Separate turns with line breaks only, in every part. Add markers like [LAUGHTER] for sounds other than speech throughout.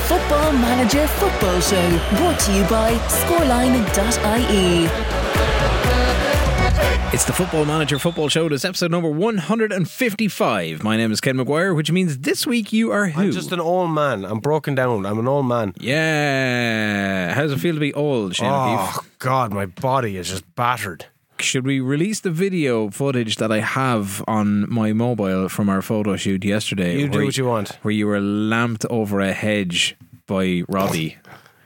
Football Manager Football Show, brought to you by scoreline.ie.
It's the Football Manager Football Show. This episode number 155. My name is Ken McGuire, which means this week you are who?
I'm just an old man. I'm broken down. I'm an old man.
yeah. How does it feel to be old, Shane
Oh God, my body is just battered.
O'Keefe? Should we release the video footage that I have on my mobile from our photo shoot yesterday?
You do
where-
what you want.
Where you were lamped over a hedge by Robbie.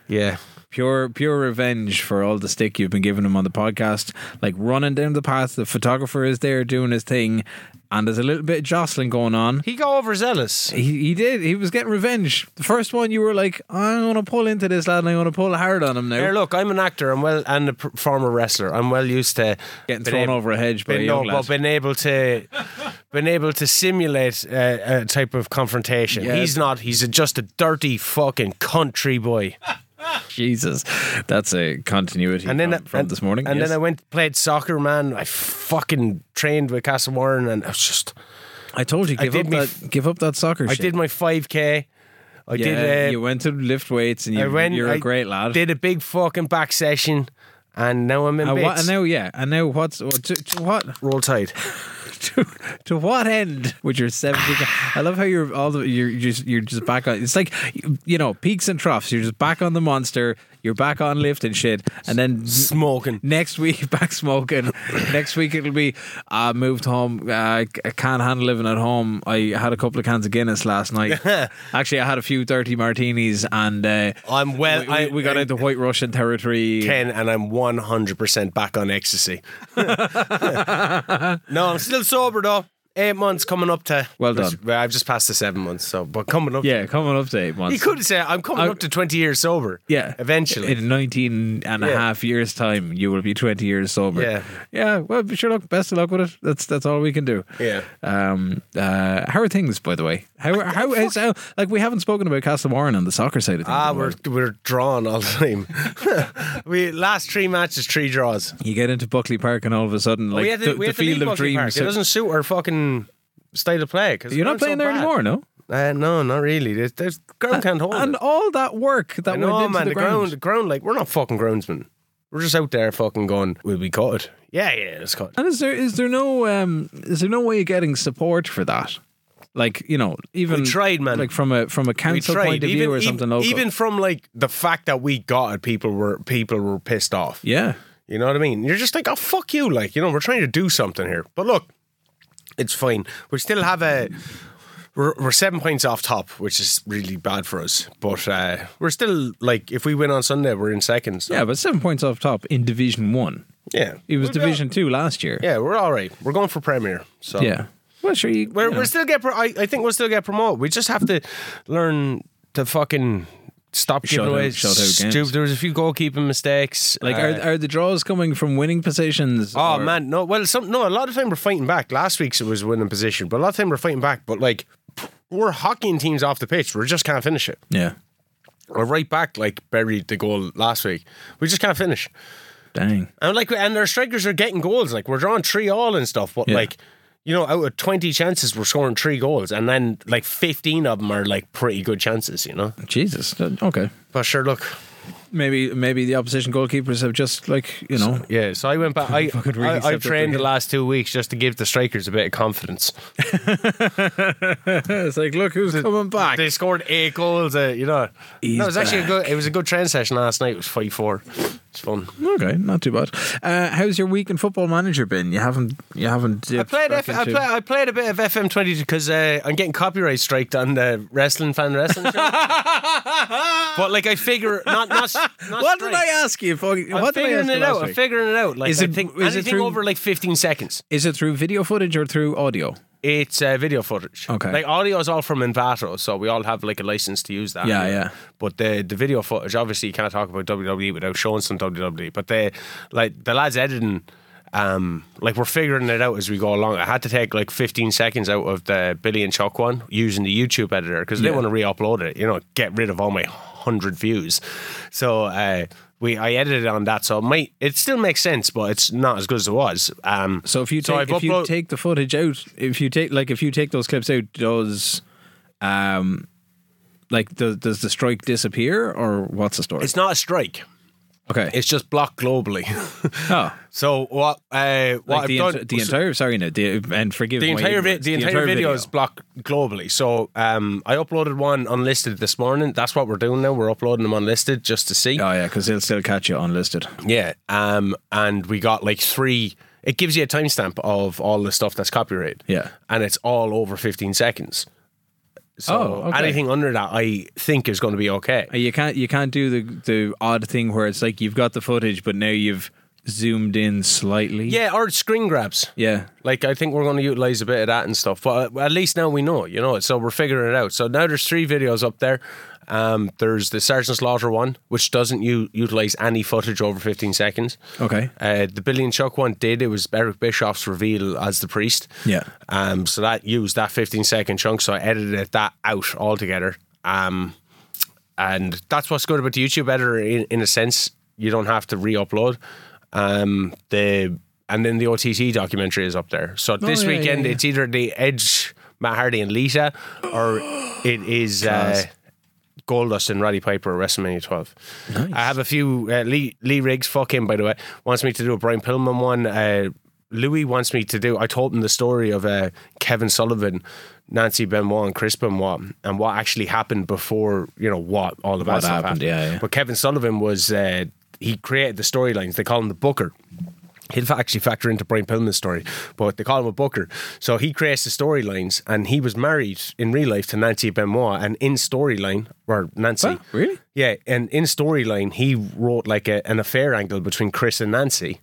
Yeah.
Pure, pure revenge for all the stick you've been giving him on the podcast. Like running down the path, the photographer is there doing his thing, and there's a little bit of jostling going on.
He got overzealous.
He, he did. He was getting revenge. The first one, you were like, I'm going to pull into this lad and I'm going to pull hard on him now.
Here, look, I'm an actor. I'm well, and a pr- former wrestler. I'm well used to
Getting
been
thrown
ab-
over a hedge by a
Been,
young
no, but
lad.
been able to, [LAUGHS] been able to simulate uh, a, a type of confrontation.
Yeah.
He's not. He's a, just a dirty fucking country boy.
Jesus. That's a continuity
And then
from,
I-
from
and-
this morning.
And
yes.
then I went played soccer, man. I fucking trained with Castle Warren, and I was just.
I told you,
I
give,
did
up
me
that,
f-
give up that soccer
I
shit.
did my 5K. I
yeah,
did. Uh,
you went to lift weights and you,
I went.
you're a
I
great lad.
Did a big fucking back session, and now I'm in
and, what,
bits.
and now, yeah, and now what's what- to, to what
Roll Tide.
[LAUGHS] to, to what end? With your seventy, I love how you're all the, you're just you're just back on. It's like you know peaks and troughs. You're just back on the monster. You're back on lift and shit, and then
Smoking. [LAUGHS]
Next week, [LAUGHS] back smoking. Next week, it'll be I moved home. Uh, I c- I can't handle living at home. I had a couple of cans of Guinness last night.
[LAUGHS]
Actually, I had a few dirty martinis, and uh,
I'm well-
We, we-
I-
we got
I-
into White Russian territory.
10 and I'm 100% back on ecstasy. [LAUGHS] no, I'm still sober though. Eight months coming up to.
Well done.
Well, I've just passed the seven months, so but coming up.
Yeah, coming up to eight months.
You could say I'm coming
I-
up to 20 years sober.
yeah,
Eventually.
in 19 and a
Yeah.
half years' time, you will be 20 years sober.
Yeah.
yeah. Well, but sure. Look, best of luck with it. That's that's all we can do.
Yeah.
Um. Uh. How are things, by the way? How are- how is how, like we haven't spoken about Castle Warren on the soccer side of things.
Ah,
at the
we're
moment.
we're drawn all the time. [LAUGHS] we last three matches, three draws.
You get into Buckley Park and all of a sudden, like
we had
the,
to, we
the
had to
field
leave
of
Buckley
dreams.
Park. It doesn't suit our fucking style of play. 'cause
You're
we're
not playing
so
there
bad.
anymore, no.
Uh, no, not really. There's, there's ground can't hold.
Uh, And
it.
all that work that
I
went
know,
into
man.
the,
The, ground, the ground, like we're not fucking groundsmen. We're just out there fucking going. Will we caught it? Yeah, yeah, it's caught.
And is there is there no um is there no way of getting support for that? Like you know, even
We tried, man.
Like from a from a
We
council
tried.
point of view or
even, e-,
something local.
even from like the fact that we got it, people were people were pissed off.
yeah,
You know what I mean? You're just like, oh fuck you, like you know, we're trying to do something here. But look, it's fine. We still have a. We're, we're seven points off top, which is really bad for us. But uh, we're still like, if we win on Sunday, we're in second. So,
yeah, but seven points off top in Division One.
yeah,
It was
We'll be all-
Division Two last year.
Yeah, we're all right. We're going for Premier. So
yeah. Well, sure. You,
we're,
you know.
we're still get. Pro- I, I think we'll still get promoted. We just have to learn to fucking stop
Shut
giving
out-
away
shut out games.
stupid. There was a few goalkeeping mistakes.
like,
uh,
are, are the draws coming from winning positions?
Oh
or-
man, no. Well, some no. A lot of time we're fighting back. Last week's it was winning position, but a lot of time we're fighting back. But like, we're hocking teams off the pitch. We just can't finish it.
yeah.
Our right back like buried the goal last week. We just can't finish.
Dang.
And like, and our strikers are getting goals. Like we're drawing three all and stuff. But
Yeah.
like, you know, out of twenty chances, we're scoring three goals, and then like fifteen of them are like pretty good chances. You know.
Jesus. Uh, Okay.
But sure, look.
Maybe maybe the opposition goalkeepers have just like you
[LAUGHS]
know [LAUGHS]
Yeah, so I went back. I,
Fucking really
I,
stepped
I
up their
trained the
game.
last two weeks just to give the strikers a bit of confidence.
it's like look who's coming back.
Ah, They scored eight goals. Uh, you know,
He's
no, it was actually a good. It was a good train session last night. It was five four. It's fun.
Okay, not too bad. Uh, how's your week in football manager been? You haven't you haven't.
I
dipped
played.
back
F- I,
into-
play, I played a bit of FM twenty because uh, I'm getting copyright striked on the wrestling fan
[LAUGHS]
wrestling. show. but like, I figure not not. not
What did
strike.
I ask you? fucking-
I'm
What did I ask
figuring
you
it
last
out. I'm
week?
figuring it out. Like,
Is
I
it-
think
is it
anything
through-
over like 15 seconds.
Is it through video footage or through audio?
It's uh, video footage.
Okay.
Like audio is all from Invato, so we all have like a license to use that.
Yeah, yeah.
But the the video footage, obviously, you can't talk about WWE without showing some WWE. But they like the lads editing. Um, like we're figuring it out as we go along. I had to take like 15 seconds out of the Billy and Chuck one using the YouTube editor because they
Yeah.
want to re-upload it. You know, get rid of all my hundred views. So uh, we I edited on that, so it might it still makes sense, but it's not as good as it was. Um,
So if you
So
take,
I've
if you
upload-
take the footage out, if you take like if you take those clips out, does um like does, does the strike disappear or what's the story?
It's not a strike.
okay.
It's just blocked globally. [LAUGHS]
oh,
so what? Uh, what
like
I've
the,
done,
ent- the entire sorry no the, and forgive
the
my
entire vi-
ignorance,
the, entire, video, is blocked globally. So um, I uploaded one unlisted this morning. That's what we're doing now. We're uploading them unlisted just to see.
Oh yeah, because they'll still catch you unlisted.
Yeah. Um, and we got like three. It gives you a timestamp of all the stuff that's copyrighted.
Yeah.
And it's all over 15 seconds. So
Oh, okay.
anything under that, I think is going to be okay.
Uh, You can't you can't do the the odd thing where it's like you've got the footage but now you've zoomed in slightly.
Yeah, or screen grabs.
Yeah.
Like I think we're going to utilize a bit of that and stuff. But uh, at least now we know, you know. So we're figuring it out. So now there's three videos up there. Um, there's the Sergeant Slaughter one, which doesn't u- utilize any footage over 15 seconds.
Okay.
Uh, the Billy and Chuck one did. It was Eric Bischoff's reveal as the priest.
Yeah.
Um, so that used that 15 second chunk. So I edited that out altogether. Um, and that's what's good about the YouTube editor. In, in a sense, you don't have to re-upload. Um, the and then the OTT documentary is up there. So this
Oh, yeah, yeah,
weekend,
yeah.
it's either the Edge, Matt Hardy, and Lita, or it is. Uh,
Class.
Goldust and Roddy Piper at WrestleMania 12. I have a few. Uh, Lee Lee Riggs, fuck him by the way, wants me to do a Brian Pillman one. Uh, Louis wants me to do. I told him the story of uh, Kevin Sullivan, Nancy Benoit, and Chris Benoit, and what actually happened before you know what all the bad
What
stuff
happened, yeah, yeah.
But Kevin Sullivan was uh, he created the storylines. They call him the Booker. He'll fa- actually factor into Brian Pillman's story, but they call him a booker. So he creates the storylines, and he was married in real life to Nancy Benoit, and in storyline, or Nancy.
What? Really?
Yeah, and in storyline, he wrote like a, an affair angle between Chris and Nancy,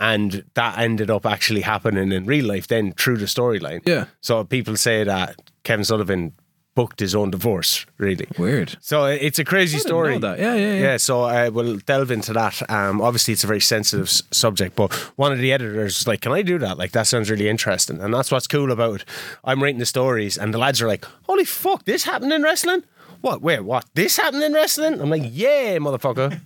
and that ended up actually happening in real life then through the storyline.
Yeah.
So people say that Kevin Sullivan booked his own divorce, really.
Weird.
So it's a crazy
didn't
story.
know that. Yeah, yeah, yeah.
so uh, we'll delve into that. Um, obviously, it's a very sensitive s- subject, but one of the editors was like, "Can I do that? Like, that sounds really interesting." And that's what's cool about it. I'm writing the stories, and the lads are like, "Holy fuck, this happened in wrestling." What? Wait, what? This happened in wrestling? I'm like,
[LAUGHS]
yeah, motherfucker.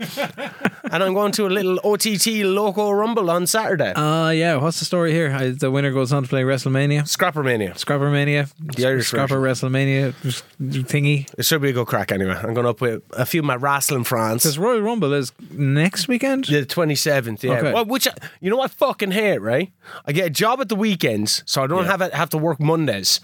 and I'm going to a little OTT Loco Rumble on Saturday.
Uh yeah, what's the story here? I, the winner goes on to play WrestleMania.
Scrappermania.
Scrapper Mania.
The Irish
Scrapper WrestleMania thingy.
It should be a good crack anyway. I'm going up with a few of my wrestling friends.
Because Royal Rumble is next weekend?
The twenty seventh, yeah.
Okay.
Well, which I, you know, I fucking hate. Right, I get a job at the weekends, so I don't have have have to work Mondays.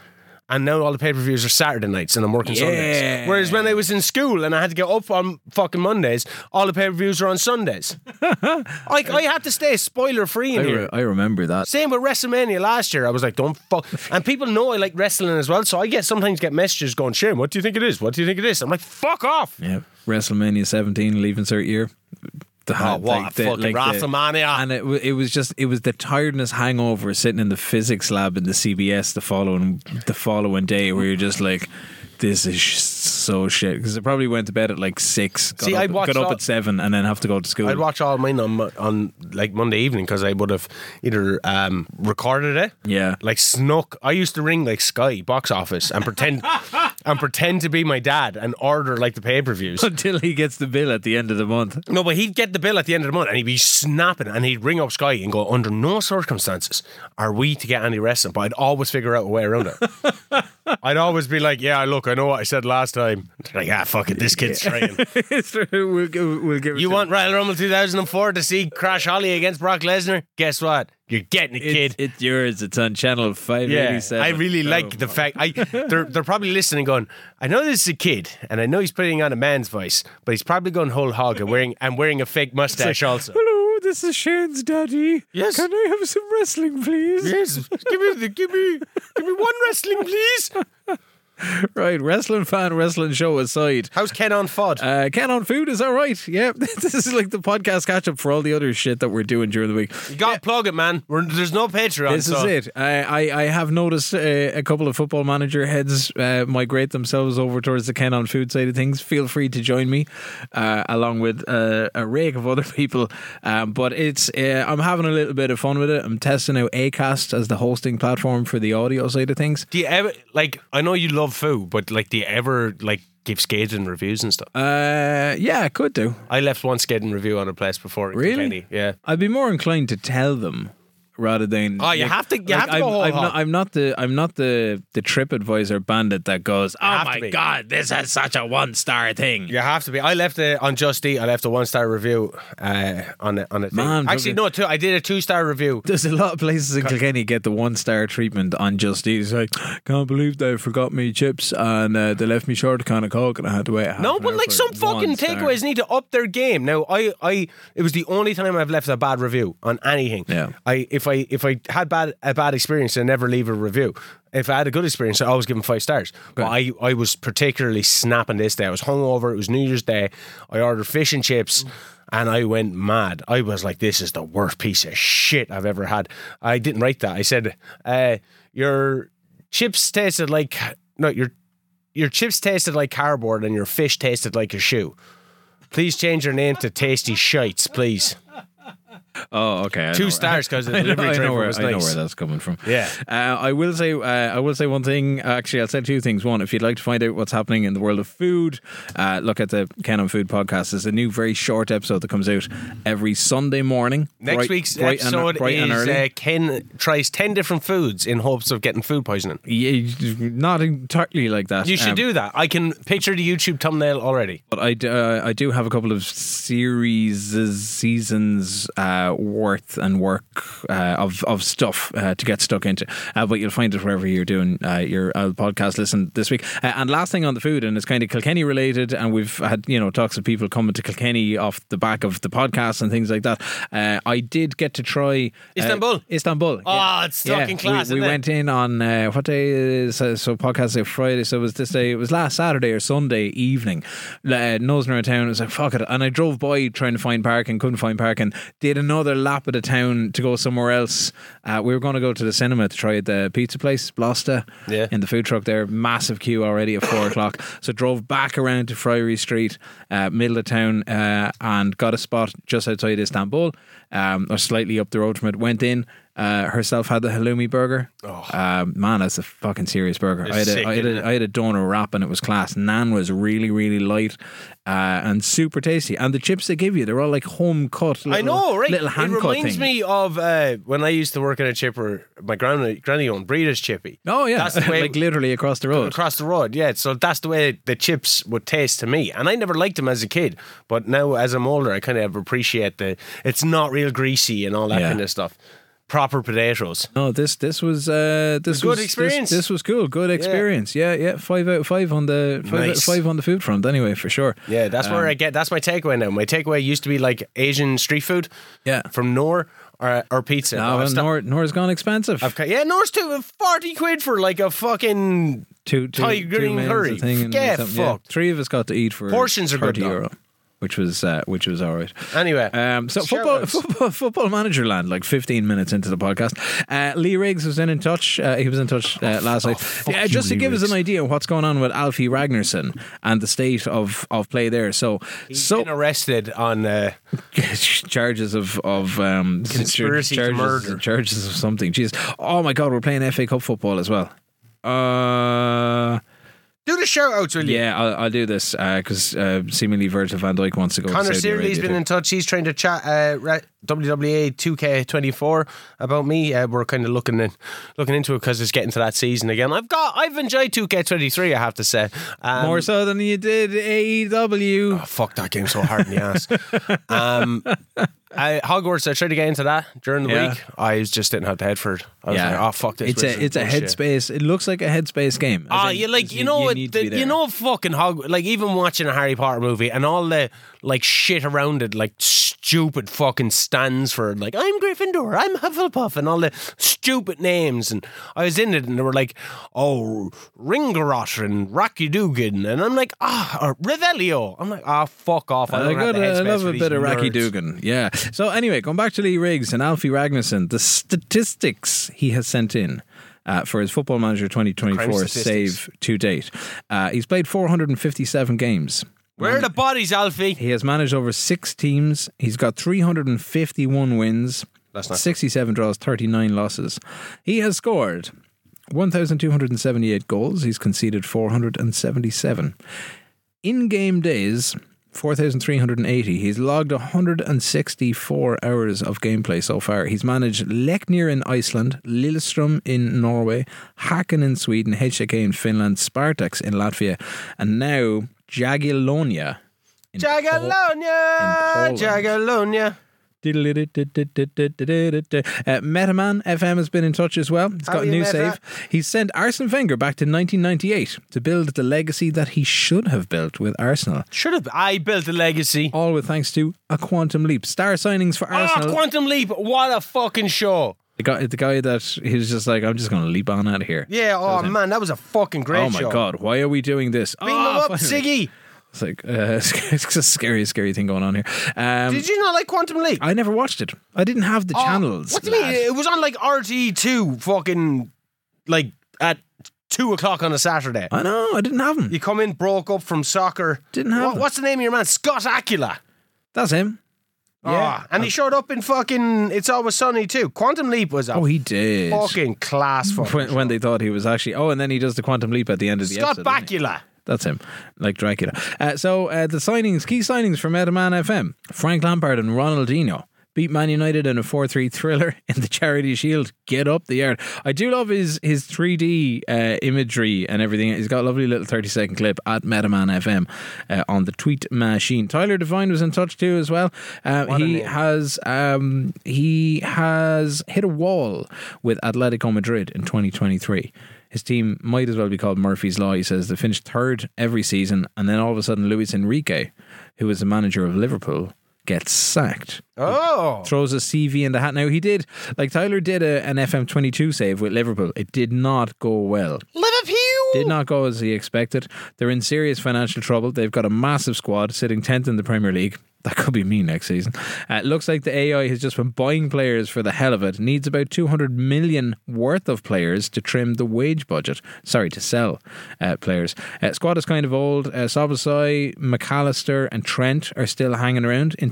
And now all the pay per views are Saturday nights, and I'm working
Yeah.
Sundays. Whereas when I was in school and I had to get up on fucking Mondays, all the pay per views are
[LAUGHS]
on Sundays. I, I had to stay spoiler free
I,
in
re-
here.
I remember that.
Same with WrestleMania last year. I was like,
[LAUGHS]
don't fuck. And people know I like wrestling as well, so I get sometimes get messages going, Shane, what do you think it is? What do you think it is? I'm like, fuck off.
Yeah. WrestleMania 17, leave insert year. The,
Oh, what a fucking WrestleMania.
and it, wa- it was just it was the tiredness hangover sitting in the physics lab in the CBS the following the following day where you're just like this is sh- so shit because I probably went to bed at like six got
See,
up,
I watched
got up
all-
at seven and then have to go to school
I'd watch all mine on Mo- on like Monday evening because I would have either um, recorded it,
Yeah. [LAUGHS]
like snuck. I used to ring like Sky box office and pretend and pretend to be my dad and order like the pay per views.
until he gets the bill at the end of the month [LAUGHS]
No, but he'd get the bill at the end of the month and he'd be snapping and he'd ring up Sky and go, under no circumstances are we to get any wrestling. But I'd always figure out a way around it. I'd always be like, yeah, look, I know what I said last time. Like, ah, fuck it, this kid's trying.
we'll, gi- we'll give it
You
to
want Royal Rumble 2004 to see Crash Holly against Brock Lesnar? Guess what? You're getting it,
him.
kid.
it's, it's yours it's on channel Oh. 587
I really Oh like the fact I they're they're probably listening, going, I know this is a kid, and I know he's putting on a man's voice, but he's probably going whole hog and wearing and wearing a fake mustache also.
hello this is Shane's daddy
Yes.
can I have some wrestling please
[LAUGHS] Yes, give me the, give me give me one wrestling, please.
Right, wrestling fan, wrestling show aside.
How's Ken on Fod?
Uh, can on food is all right. Yeah, [LAUGHS] this is like the podcast catch up for all the other shit that we're doing during the week.
you got to plug it, man. We're, there's no Patreon.
This
so-
is it. I, I, I have noticed uh, a couple of football manager heads uh, migrate themselves over towards the Ken on Food side of things. Feel free to join me, uh, along with uh, a rake of other [LAUGHS] people. Um, but it's uh, I'm having a little bit of fun with it. I'm testing out Acast as the hosting platform for the audio side of things.
Do you ever like? I know you love food, but like, do you ever like give scathing reviews and stuff?
Uh, yeah, I could do.
I left one skating review on a place before. in
Really?
Kilkenny, Yeah.
I'd be more inclined to tell them rather than.
Oh, you have to- you have to
I'm,
go whole
I'm
hog.
not, I'm not the I'm not the the TripAdvisor bandit that goes. Oh
have
my
to be.
god, this is such a one star thing.
You have to be. I left it on Just Eat. I left a one star review uh, on it. On it.
Man,
actually,
fucking-
no. Two, I did a two star review.
There's a lot of places in Kilkenny get the one star treatment on Just Eat. It's like, can't believe they forgot me chips and uh, they left me short of can of coke and I had to wait. half
No,
an
but
hour
like
for
some fucking
one star."
takeaways need to up their game. Now, I, I, it was the only time I've left a bad review on anything.
Yeah.
I, if I, if I had bad a bad experience, I never leave a review. If I had a good experience, I always give them five stars. But I, I was particularly snapping this day. I was hungover. It was New Year's Day. I ordered fish and chips. And I went mad. I was like, "This is the worst piece of shit I've ever had." I didn't write that. I said, uh, "Your chips tasted like no, your your chips tasted like cardboard and your fish tasted like a shoe. Please change your name to Tasty Shites, please.
Oh, okay. I know [LAUGHS]
Two
where-
stars because the
I know,
delivery
I know
driver
where,
was
I know
nice.
where that's coming from.
Yeah.
Uh, I will say uh, I will say one thing. Actually, I'll say two things. One, if you'd like to find out what's happening in the world of food, uh, look at the Ken on Food podcast. There's a new, very short episode that comes out every Sunday morning.
Next
bright-
week's
bright and-
episode
bright and
is
early.
uh, Ken tries ten different foods in hopes of getting food poisoning.
yeah, not entirely like that.
You should
Um,
do that. I can picture the YouTube thumbnail already.
But I, d- uh, I do have a couple of series seasons uh, worth and work uh, of of stuff uh, to get stuck into. Uh, but you'll find it wherever you're doing uh, your uh, podcast listen this week. Uh, and last thing on the food, and it's kind of Kilkenny related, and we've had you know talks of people coming to Kilkenny off the back of the podcast and things like that. Uh, I did get to try uh,
Istanbul.
Istanbul.
Oh, it's fucking
we-
class,
We,
isn't it?
went in on uh, what day? Is, so, so podcast day Friday. So it was this day. It was last Saturday or Sunday evening. Uh, nosing around town, I was like fuck it, and I drove by trying to find parking, couldn't find parking. Did another lap of the town to go somewhere else. Uh, we were going to go to the cinema to try the pizza place Blasta.
Yeah.
In the food truck there, massive queue already at four o'clock. So drove back around to Friary Street, uh, middle of town, uh, and got a spot just outside Istanbul, um, or slightly up the road from it. Went in. Uh, herself had the halloumi burger. Oh. man, that's a fucking serious burger. I had a,
sick,
I had
isn't
a,
it?
I had a donor wrap and it was class. Nan was really, really light uh, and super tasty. And the chips they give you, they're all like home cut. Little,
I know, right?
Little
it
hand cut
reminds
things.
me of uh, when I used to work in a chipper. My granny, granny owned Breeders Chippy.
Oh yeah,
that's the
[LAUGHS]
way
like literally across the road.
across the road. Yeah, so that's the way the chips would taste to me, and I never liked them as a kid. But now, as I'm older, I kind of appreciate the. It's not real greasy and all that
Yeah.
kind of stuff. Proper potatoes.
No, this this was uh, this
good
was this-
experience.
This, was cool, good experience. Yeah, yeah, five out of five on the five, out of
Nice.
five on the food front. Anyway, for sure.
Yeah, that's where
Um,
I get. That's my takeaway now. My takeaway used to be like Asian street food.
Yeah.
from Nor or, or pizza.
Now,
I've
well,
sto-
Nor, Nor's gone expensive.
I've ca- yeah, Nor's too forty quid for like a fucking
two, two,
Thai
two
green
meals, a
curry.
thing and
Get
something, yeah.
fucked.
Three of us got to eat for
Portions are good,
30
though.
euro, which was uh, which was all right.
Anyway,
Um, so football,
shout-outs.
football, football manager land. Like fifteen minutes into the podcast, uh, Lee Riggs was then in touch. Uh, he was in touch
Oh,
uh, last night. Yeah, just to give us an idea of what's going on with Alfie Ragnarsson and the state of, of play there. So, so
Been arrested on. Uh,
[LAUGHS] charges of of um,
Conspiracy to
charges,
murder.
charges of something. Jeez, oh my god, we're playing FA Cup football as well. Uh,
do the shout outs, will you?
yeah, I'll, I'll do this because uh, seemingly Virgil Van Dijk wants to go.
Connor
to Saudi
Searley's
Arabia
been
too.
in touch. He's trying to chat uh, re- WWA 2K24 about me. Uh, we're kind of looking in, looking into it because it's getting to that season again. I've got I've enjoyed 2K23. I have to say. Um,
more so than you did E AEW.
oh, [LAUGHS] fuck that game so hard in the ass. Um, I, Hogwarts. I tried to get into that during the
Yeah.
week. I just didn't have the head for it. I was like, oh fuck this.
It's
this is
a it's a
bullshit.
headspace. It looks like a headspace game. As
Ah,
in,
you like
you-
you know
you
what
need to
the-
be there.
you know fucking hog like even watching a Harry Potter movie and all the like shit around it like stupid fucking stands for like I'm Gryffindor I'm Hufflepuff and all the stupid names and I was in it and they were like oh Ringarot and Rocky Dugan and I'm like ah or Revelio I'm like ah fuck off I,
I,
don't have
got,
the
I
headspace
love
for
a
these
bit of Racky
nerds.
Dugan. Yeah. So anyway, going back to Lee Riggs and Alfie Ragnarsson, the statistics he has sent in. Uh, for his football manager 2024
Crime statistics.
save to date, uh, he's played 457 games.
Where are the bodies Alfie
He has managed over six teams. He's got 351 wins,
That's not-
67 draws, 39 losses. He has scored 1,278 goals. He's conceded 477. In game days, 4,380. He's logged 164 hours of gameplay so far. He's managed Leknir in Iceland, Lillestrøm in Norway, Haken in Sweden, HK in Finland, Spartax in Latvia, and now Jagiellonia. in Pol-
Jagalonia!
in Poland.
Jagalonia!
Uh, Metaman FM has been in touch as well. He's got
Have
a
you,
new
Meta?
save. He's sent Arsene Wenger back to 1998 to build the legacy that he should have built with Arsenal.
Should have. I built a legacy.
All with thanks to a quantum leap. Star signings for
Ah,
Arsenal.
Quantum Leap! What a fucking show!
the, guy, the guy that he was just like, I'm just going to leap on out of here.
Yeah, oh man, that was a fucking great
Oh my
show.
god, why are we doing this?
Beam
Ah,
him up,
finally.
Siggy!
It's like, uh, it's a scary, scary thing going on here. Um,
Did you not like Quantum Leap?
I never watched it. I didn't have the
Oh,
channels.
What do you mean?
lad.
It was on like RT2 fucking like at two o'clock on a Saturday.
I know, I didn't have them.
You come in, broke up from soccer.
Didn't have
What-
them.
what's the name of your man? Scott Acula.
That's him.
Yeah. and he showed up in fucking It's Always Sunny too. Quantum Leap was a
Oh, he did.
fucking class fucking
when, when they thought he was actually. Oh, and then he does the quantum leap at the end of the
Scott
episode. doesn't he?
Bakula.
That's him, like Dracula. Uh, so uh, the signings, key signings for Metaman FM: Frank Lampard and Ronaldinho beat Man United in a four-three thriller [LAUGHS] in the Charity Shield. Get up the yard! I do love his his three D uh, imagery and everything. He's got a lovely little thirty-second clip at Metaman FM uh, on the tweet machine. Tyler Devine was in touch too as well. Um,
a
he
name.
has um, he has hit a wall with Atletico Madrid in 2023. His team might as well be called Murphy's Law. He says they finished third every season, and then all of a sudden, Luis Enrique, who was the manager of Liverpool, gets sacked.
Oh.
Throws a CV in the hat. Now he did, like Tyler did a, an FM22 save with Liverpool. It did not go well
Liverpool.
did not go as he expected. They're in serious financial trouble. They've got a massive squad sitting 10th in the Premier League. [LAUGHS] That could be me next season. Uh, it looks like the AI has just been buying players for the hell of it. Needs about 200 million worth of players to trim the wage budget. Sorry, to sell uh, players. Uh, squad is kind of old. Uh, Sabasai, McAllister, and Trent are still hanging around in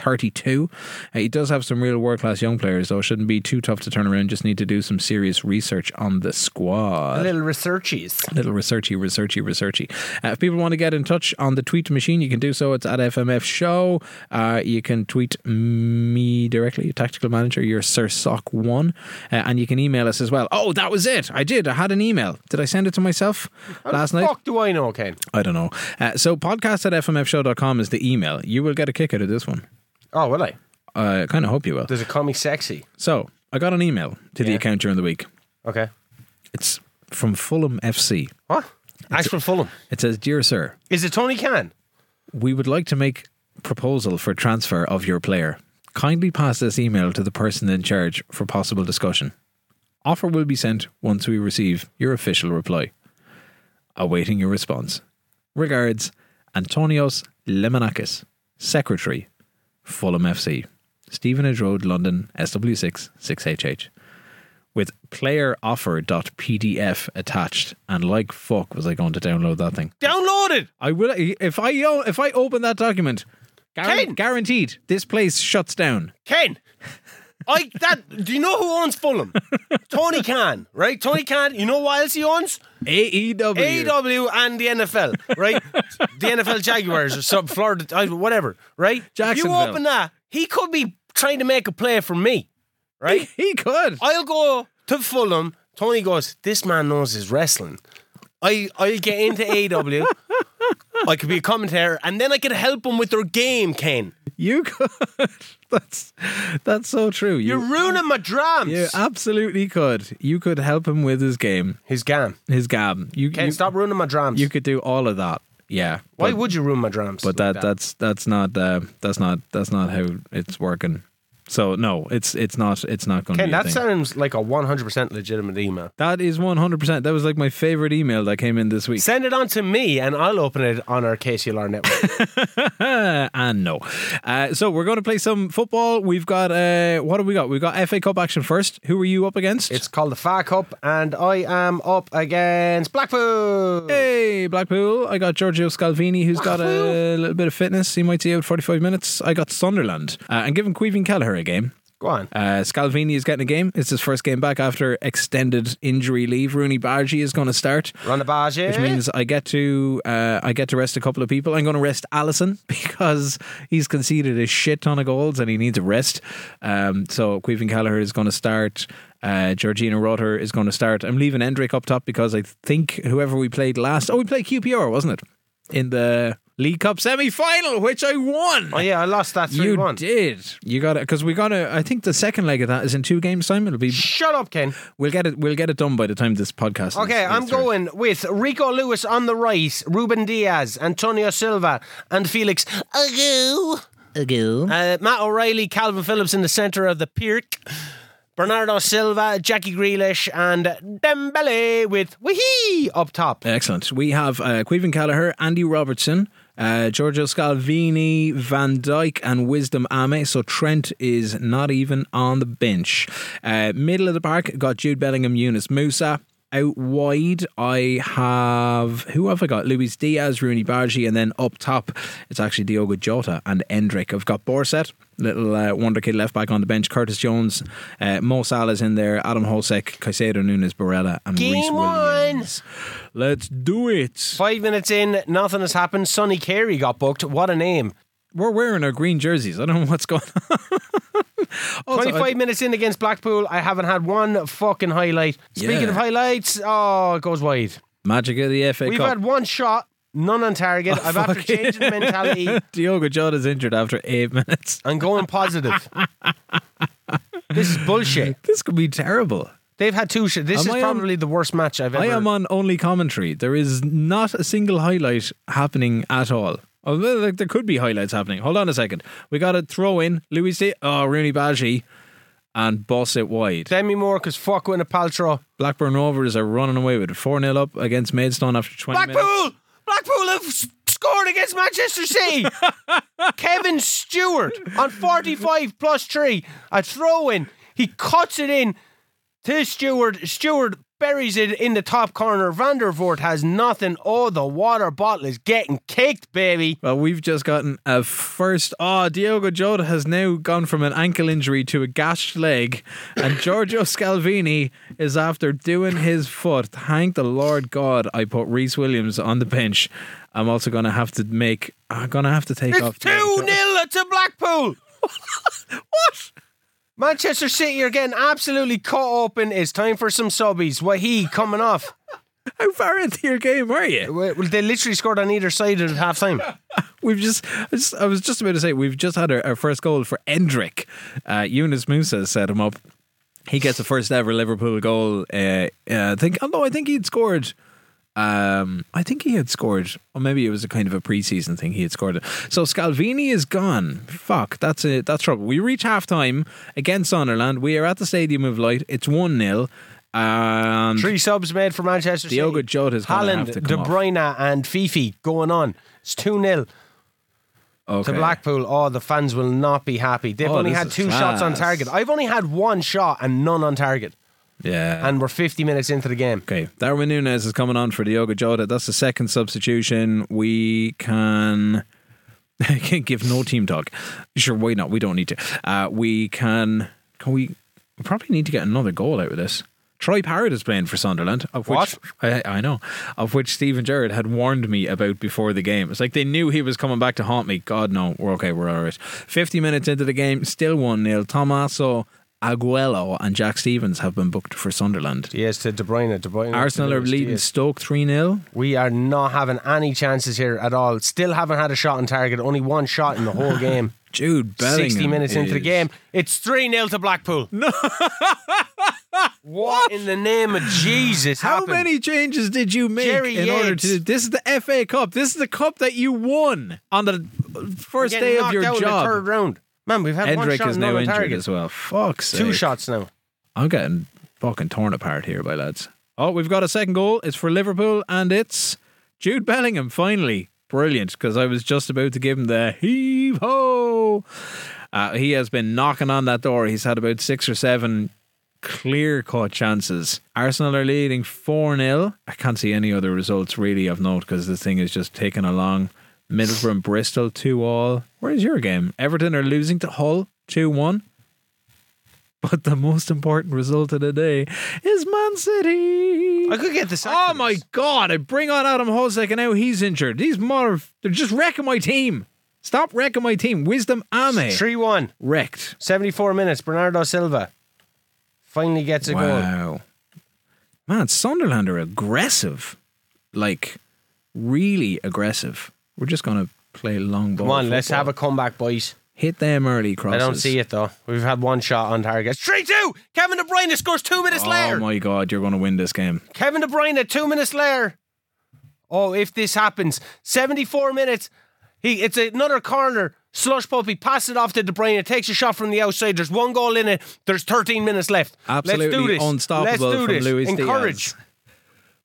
2032. Uh, he does have some real world class young players, though. Shouldn't be too tough to turn around. Just need to do some serious research on the squad
Little researches.
little researchy, researchy, researchy. Uh, if people want to get in touch on the tweet machine, you can do so. It's at FMF Show. Uh, you can tweet me directly, Tactical Manager, your Sir Sock One, uh, and you can email us as well. Oh, that was it. I did. I had an email. Did I send it to myself last night?
Fuck do I know, Ken?
I don't know. Uh, so podcast at fmfshow.com is the email. You will get a kick out of this one.
Oh, will I?
I kind of hope you will.
Does it call me sexy?
So I got an email to the
Yeah.
account during the week.
Okay.
It's from Fulham FC.
What? Axel Fulham.
It says, "Dear Sir."
Is it Tony Khan?
we would like to make proposal for transfer of your player. Kindly pass this email to the person in charge for possible discussion. Offer will be sent once we receive your official reply. Awaiting your response. Regards, Antonios Lemanakis, Secretary, Fulham FC, Stevenage Road, London, SW6 6HH. With player offer.pdf attached, and like fuck was I going to download that thing.
Downloaded.
I will if I o- if I open that document. guaran-
Ken!
guaranteed, this place shuts down.
Ken. I that do you know who owns Fulham? Tony Khan, right? Tony Khan, you know what else he owns?
E
E
AEW.
AEW and the NFL, right? the NFL Jaguars or some Florida I- whatever, right? If you
Jacksonville.
open that, he could be trying to make a play for me. Right?
He could.
I'll go to Fulham. Tony goes, This man knows his wrestling. I I'll get into AEW. I could be a commentator, and then I could help him with their game, Ken.
You could. [LAUGHS] that's that's so true.
You're
You,
ruining my drums.
you absolutely could. You could help him with his game,
His gam.
his gab. You
Ken,
you,
stop ruining my drums.
you could do all of that. Yeah.
Why
but,
would you ruin my drums?
but that, that's that's not uh, that's not that's not how it's working. So no, it's it's not it's not going to
Ken,
be. a
that
thing.
sounds like a 100% legitimate email.
that is one hundred percent. That was like my favorite email that came in this week.
Send it on to me, and I'll open it on our
[LAUGHS]
KCLR network.
Uh, and no. Uh, so we're going to play some football. We've got uh, what have we got? We've got FA Cup action first. Who are you up against?
it's called the FA Cup, and I am up against Blackpool.
Hey, Blackpool. I got Giorgio Scalvini, who's got a little bit of fitness. He might see out 45 minutes. I got Sunderland. Uh, and giving Queeving Kelleher a game.
Go on.
Uh, Scalvini is getting a game. It's his first game back after extended injury leave. Rooney Bargi is going to start.
Run the eh? bars, yeah.
Which means I get to uh, I get to rest a couple of people. I'm going to rest Allison [LAUGHS] because he's conceded a shit ton of goals and he needs a rest. Um, so Queven Callagher is going to start. Uh, Georgina Rutter is going to start. I'm leaving Endrick up top because I think whoever we played last. Oh, we played QPR, wasn't it? In the League Cup semi final, which I won.
oh yeah, I lost that three
you
one.
did. You got it because we got to. I think the second leg of that is in two games time. It'll be
Shut up, Ken.
we'll get it we'll get it done by the time this podcast. is-
Okay,
is
I'm
through.
going with Rico Lewis on the right, Ruben Diaz, Antonio Silva, and Felix Agu.
Ago.
Uh, Matt O'Reilly, Calvin Phillips in the centre of the Pirk. Bernardo Silva, Jackie Grealish, and Dembele with Wahee up top.
Excellent. We have uh, Queven Callagher, Andy Robertson, uh, Giorgio Scalvini, Van Dyke, and Wisdom Ame. So Trent is not even on the bench. Uh, middle of the park got Jude Bellingham, Eunice Musa. Out wide, I have who have I got? Luis Diaz, Rooney Bargi, and then up top, it's actually Diogo Jota and Endrick. I've got Borset, little uh, wonder kid left back on the bench. Curtis Jones, uh, Mo Salah's in there. Adam Holsek, Caicedo Nunes, Barella, and
Game
Reece
on!
Williams. Let's do it.
Five minutes in, nothing has happened. Sonny Carey got booked. What a name.
We're wearing our green jerseys. I don't know what's going on. Also,
25 minutes in against Blackpool. I haven't had one fucking highlight. Speaking
Yeah.
of highlights, oh, it goes wide.
I- Magic of the FA
We've
Cup.
had one shot, none on target.
Oh,
I've had to
fuck. [LAUGHS]
change the mentality.
Diogo Jota's injured after eight minutes.
I'm going positive. this is bullshit.
This could be terrible.
They've had two. Sh- this
Am
is
I on-
probably the worst match I've ever.
I am on only commentary. There is not a single highlight happening at all. Although like, there could be highlights happening. Hold on a second. We got to throw in Luis Di- oh, Rooney Badgie and boss it wide.
Demi Moore because fuck Gwyneth Paltrow.
Blackburn Rovers are running away with it. 4 0 up against Maidstone after 20 minutes.
Blackpool, Blackpool have s- scored against Manchester [LAUGHS] City. Kevin Stewart on forty-five plus three, a throw-in. He cuts it in to Stewart. Stewart buries it in the top corner. Vandervoort has nothing. Oh, the water bottle is getting kicked, baby.
Well, we've just gotten a first. Oh, Diogo Jota has now gone from an ankle injury to a gashed leg, and Giorgio Scalvini is after doing his foot. Thank the Lord God, I put Reese Williams on the bench. I'm also going to have to make. I'm going to have to take off.
It's 2
Diogo Jota.
0 to Blackpool. [LAUGHS] what? Manchester City are getting absolutely caught open. It's time for some subbies. Wahi coming off.
How far into your game are you?
Well, they literally scored on either side at half time.
We've just, I just- I was just about to say, we've just had our, our first goal for Endrick. Uh, Yunus Musa set him up. He gets the first ever Liverpool goal. Uh, uh, I think, although I think he'd scored. Um, I think he had scored, or maybe it was a kind of a preseason thing. He had scored it. So Scalvini is gone. Fuck, that's it. That's trouble. We reach halftime against Sunderland. We are at the Stadium of Light. It's one 0 And
Three subs made for Manchester City.
Mm. Diogo Jota's gonna
Holland,
have to
De
come off.
Bruyne, and Fifi going on. It's 2 0
okay.
to Blackpool. Oh, the fans will not be happy. They've
Oh,
only
this
had
is
two shots on
class.
target. I've only had one shot and none on target.
yeah.
And we're 50 minutes into the game.
Okay, Darwin Nunes is coming on for Diogo Jota. That's the second substitution. We can, [LAUGHS] can give no team talk. Sure, why not? We don't need to. Uh, we can. Can we? We probably need to get another goal out of this. Troy Parrott is playing for Sunderland, of
What?
which I, I know, of which Stephen Gerrard had warned me about before the game. It's like they knew he was coming back to haunt me. God no, we're okay, we're all right. Fifty minutes into the game, still one 0 Tomaso Aguello and Jack Stevens have been booked for Sunderland.
Yes, to De Bruyne. De Bruyne
Arsenal are
Yes,
leading
yes.
Stoke 3 0.
We are not having any chances here at all. Still haven't had a shot on target. Only one shot in
[LAUGHS]
the whole game.
Jude Bellingham.
60 minutes into the
is-
game. It's 3 0
[LAUGHS]
to Blackpool. No. what in the name of Jesus?
How
happened?
many changes did you make
Jerry
in order to.
Yates.
This is the FA Cup. This is the cup that you won on the first
Getting
day of
knocked
your
out in the third
job.
round. Man, we've had one
Hendrick
shot
is
and none
now
on
injured
target.
as well. Fuck's
Two
sake.
shots now.
I'm getting fucking torn apart here by lads. Oh, we've got a second goal. It's for Liverpool and it's Jude Bellingham finally. Brilliant, because I was just about to give him the heave ho. Uh, he has been knocking on that door. He's had about six or seven clear cut chances. Arsenal are leading 4 0. I can't see any other results really of note because this thing is just taking along. Middlesbrough and Bristol 2 all. Where's your game? Everton are losing to Hull 2 1. But the most important result of the day is Man City.
I could get the sack
Oh
for
my
this.
god! I bring on Adam Hosek and now he's injured. These mother they're just wrecking my team. Stop wrecking my team. Wisdom Ame
3 1.
wrecked.
74 minutes. Bernardo Silva finally gets a goal.
Wow, man, Sunderland are aggressive, like really aggressive. We're just gonna play long ball.
Come on, let's have
football.
a comeback, boys.
hit them early crosses.
I don't see it though. We've had one shot on target. 3 2. Kevin De Bruyne scores two minutes
Oh
later.
my god, you're gonna win this game.
Kevin De Bruyne at two minutes later. Oh, if this happens, 74 minutes. He it's another corner. Slush puppy passes it off to De Bruyne. It takes a shot from the outside. There's one goal in it. There's 13 minutes left. Let's do
Absolutely
this.
unstoppable
Let's do
from
this.
Luis
Encourage.
Diaz.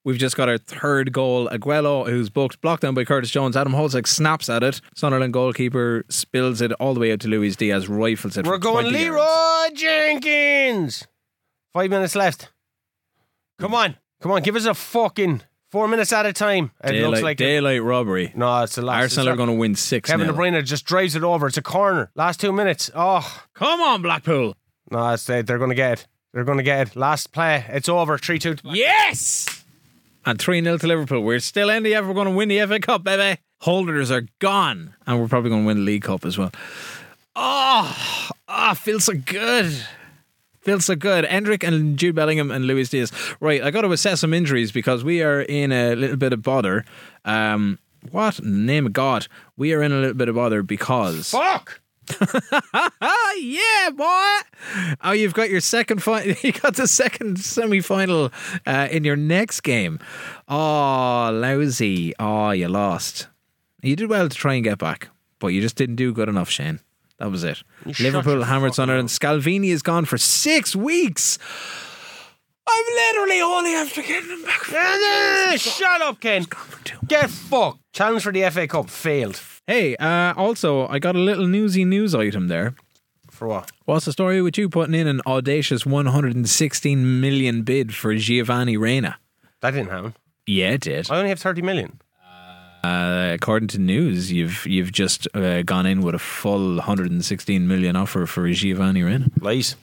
We've just got our third goal. Aguelo, who's booked, blocked down by Curtis Jones. Adam Holzek snaps at it. Sunderland goalkeeper spills it all the way out to Luis Diaz, rifles it.
We're
from
going
20
Leroy
yards.
Jenkins. Five minutes left. Come on. Come on. Give us a fucking four minutes at a time. It
Daylight,
looks like.
daylight robbery.
no, it's the last.
Arsenal
it's
are going to win six.
Kevin De Bruyne just drives it over. It's a corner. Last two minutes. Oh.
Come on, Blackpool.
No, it's, they, they're going to get it. They're going to get it. Last play. It's over. 3 2.
Yes. And 3 0 to Liverpool. We're still in the F. We're going to win the FA Cup, baby. Holders are gone. And we're probably going to win the League Cup as well. Oh, ah, feels so good. Feels so good. Endrick and Jude Bellingham and Luis Diaz. Right, I got to assess some injuries because we are in a little bit of bother. Um, what in the name of God? We are in a little bit of bother because.
Fuck!
Ah, [LAUGHS] yeah, boy. Oh, you've got your second final. [LAUGHS] You got the second semi-final uh, in your next game. Oh, lousy. Oh, you lost. You did well to try and get back, but you just didn't do good enough, Shane. That was it.
shut
Liverpool
your
hammered
fucking
Sunderland. Scalvini is gone for six weeks. I'm literally only after getting him back. for-
Shut up, Ken.
for two
Get fucked. Challenge for the FA Cup failed.
Hey, uh, also, I got a little newsy news item there.
For what?
What's the story with you putting in an audacious 116 million bid for Giovanni Reyna?
That didn't happen.
Yeah, it did.
I only have 30 million.
Uh, according to news, you've you've just uh, gone in with a full 116 million offer for Giovanni Reyna.
Lies.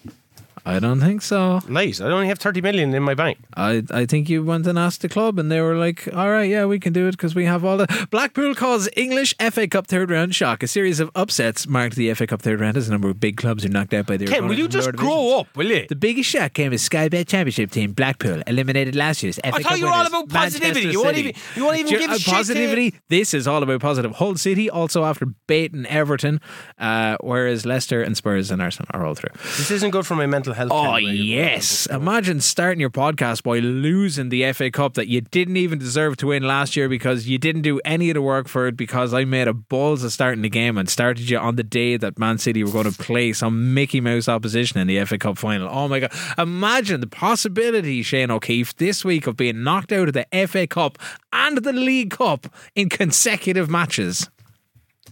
I don't think so.
Lies. I only have 30 million in my bank.
I I think you went and asked the club, and they were like, "All right, yeah, we can do it because we have all the." Blackpool cause English FA Cup third round shock. A series of upsets marked the FA Cup third round as a number of big clubs are knocked out by their.
Ken,
opponent
will you
from lower
just
divisions.
grow up, will you?
The biggest shock came as Sky Bet Championship team Blackpool eliminated last year's FA Cup.
thought you were all
winners,
about positivity.
Manchester
You won't
City.
even- you won't even
Do
give a
uh,
shit to-
positivity. This is all about positive. Hull City also after baiting Everton, uh, whereas Leicester and Spurs and Arsenal are all through.
This isn't good for my mental health. Ken,
Oh
where you're-
yes! Imagine starting your podcast by losing the FA Cup that you didn't even deserve to win last year because you didn't do any of the work for it because I made a balls of starting the game and started you on the day that Man City were going to play some Mickey Mouse opposition in the FA Cup final. Oh my god! Imagine the possibility, Shane O'Keefe, this week of being knocked out of the FA Cup and the League Cup in consecutive matches.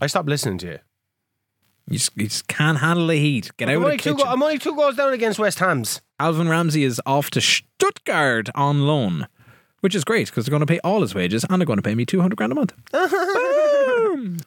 I stopped listening to you.
You just, you just can't handle the heat. Get out
I'm
of the
only, two
kitchen.
go- I'm only two goals down against West Ham's.
Alvin Ramsey is off to Stuttgart on loan, which is great because they're going to pay all his wages and they're going to pay me 200 grand a
[LAUGHS]
month. Boom.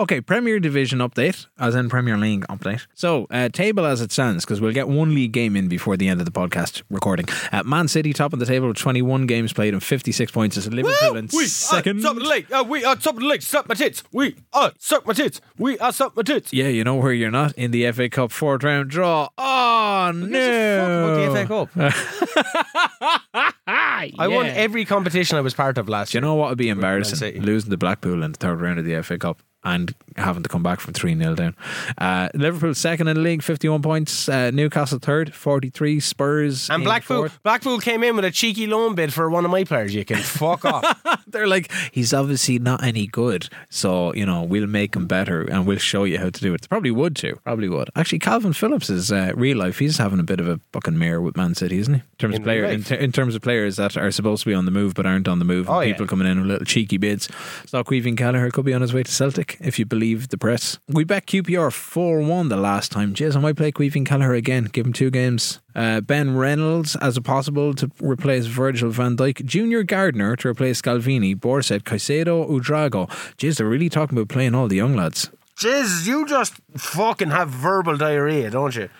Okay, Premier Division update, as in Premier League update. So, uh, table as it stands, because we'll get one league game in before the end of the podcast recording. Uh, Man City top of the table with 21 games played and 56 points is Liverpool in second.
Stop the lake. Uh, we are top of the lake. Suck my tits. We are suck my tits. We are suck my tits.
Yeah, you know where you're not in the FA Cup fourth round draw. Oh no!
about the FA Cup?
Ah,
I won
yeah.
every competition I was part of last
Do you
year.
know what would be
City.
embarrassing? Losing to Blackpool in the third round of the FA Cup and having to come back from 3 0 down. Uh, Liverpool second in the league, 51 points. Uh, Newcastle third, 43. Spurs.
And
in
Blackpool,
fourth.
Blackpool came in with a cheeky loan bid for one of my players. You [LAUGHS] can fuck off.
They're like, he's obviously not any good. So, you know, we'll make him better and we'll show you how to do it. Probably would too. Probably would. Actually, Calvin Phillips is uh, real life. He's having a bit of a fucking mirror with Man City, isn't he? In terms
In
of player,
real
in,
life.
ter- in terms of players that are supposed to be on the move but aren't on the move.
Oh,
and
yeah.
people coming in with little cheeky bids. Stockweaving Callagher could be on his way to Celtic if you believe the press. We bet QPR 4 1 the last time. Jez, I might play Queeving Callagher again. Give him two games. Uh, ben Reynolds as a possible to replace Virgil van Dijk. Junior Gardner to replace Scalvini. Borset, Caicedo, Udrago. Jez, they're really talking about playing all the young lads.
Jeez, you just fucking have verbal diarrhea, don't you?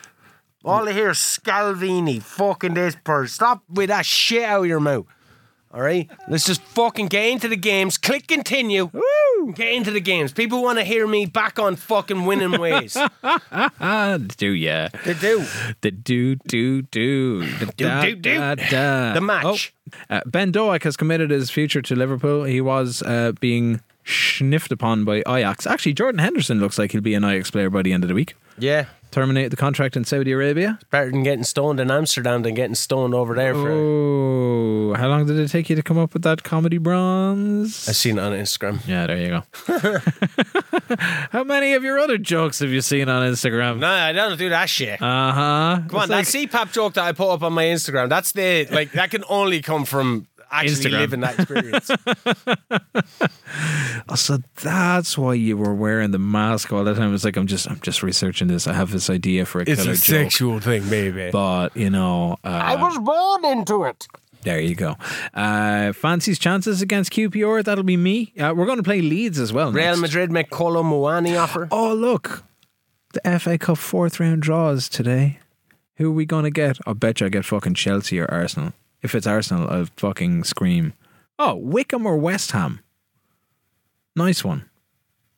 All I hear is Scalvini, fucking this person. Stop with that shit out of your mouth. All right? Let's just fucking get into the games. Click continue. Woo! Get into the games. People want to hear me back on fucking winning ways.
Ah, do yeah.
[LAUGHS] they do.
The do do do the da,
do, do.
da, da.
The match.
Oh, uh, ben Doak has committed his future to Liverpool. He was uh, being sniffed upon by Ajax. Actually, Jordan Henderson looks like he'll be an Ajax player by the end of the week.
Yeah.
Terminate the contract in Saudi Arabia.
Better than getting stoned in Amsterdam than getting stoned over there for.
Oh, how long did it take you to come up with that comedy bronze?
I seen it on Instagram.
Yeah, there
[LAUGHS]
you go. [LAUGHS] how many of your other jokes have you seen on Instagram?
No, I don't do that shit.
Uh huh.
Come on, that CPAP joke that I put up on my Instagram, that's the, like, that can only come from actually
Instagram.
living that
[LAUGHS]
experience.
So that's why you were wearing the mask all the time. It's like I'm just I'm just researching this. I have this idea for a killer joke,
thing, maybe.
but you know, uh,
was born into it.
there you go. Uh, fancies chances against QPR. That'll be me. Uh, we're going to play Leeds as well.
Real
next.
Madrid make
[GASPS]
Colo Muani offer.
Oh look, the FA Cup fourth round draws today. Who are we going to get? I bet you I get fucking Chelsea or Arsenal. If it's Arsenal, I'll fucking scream. Oh, Wickham or West Ham. Nice one.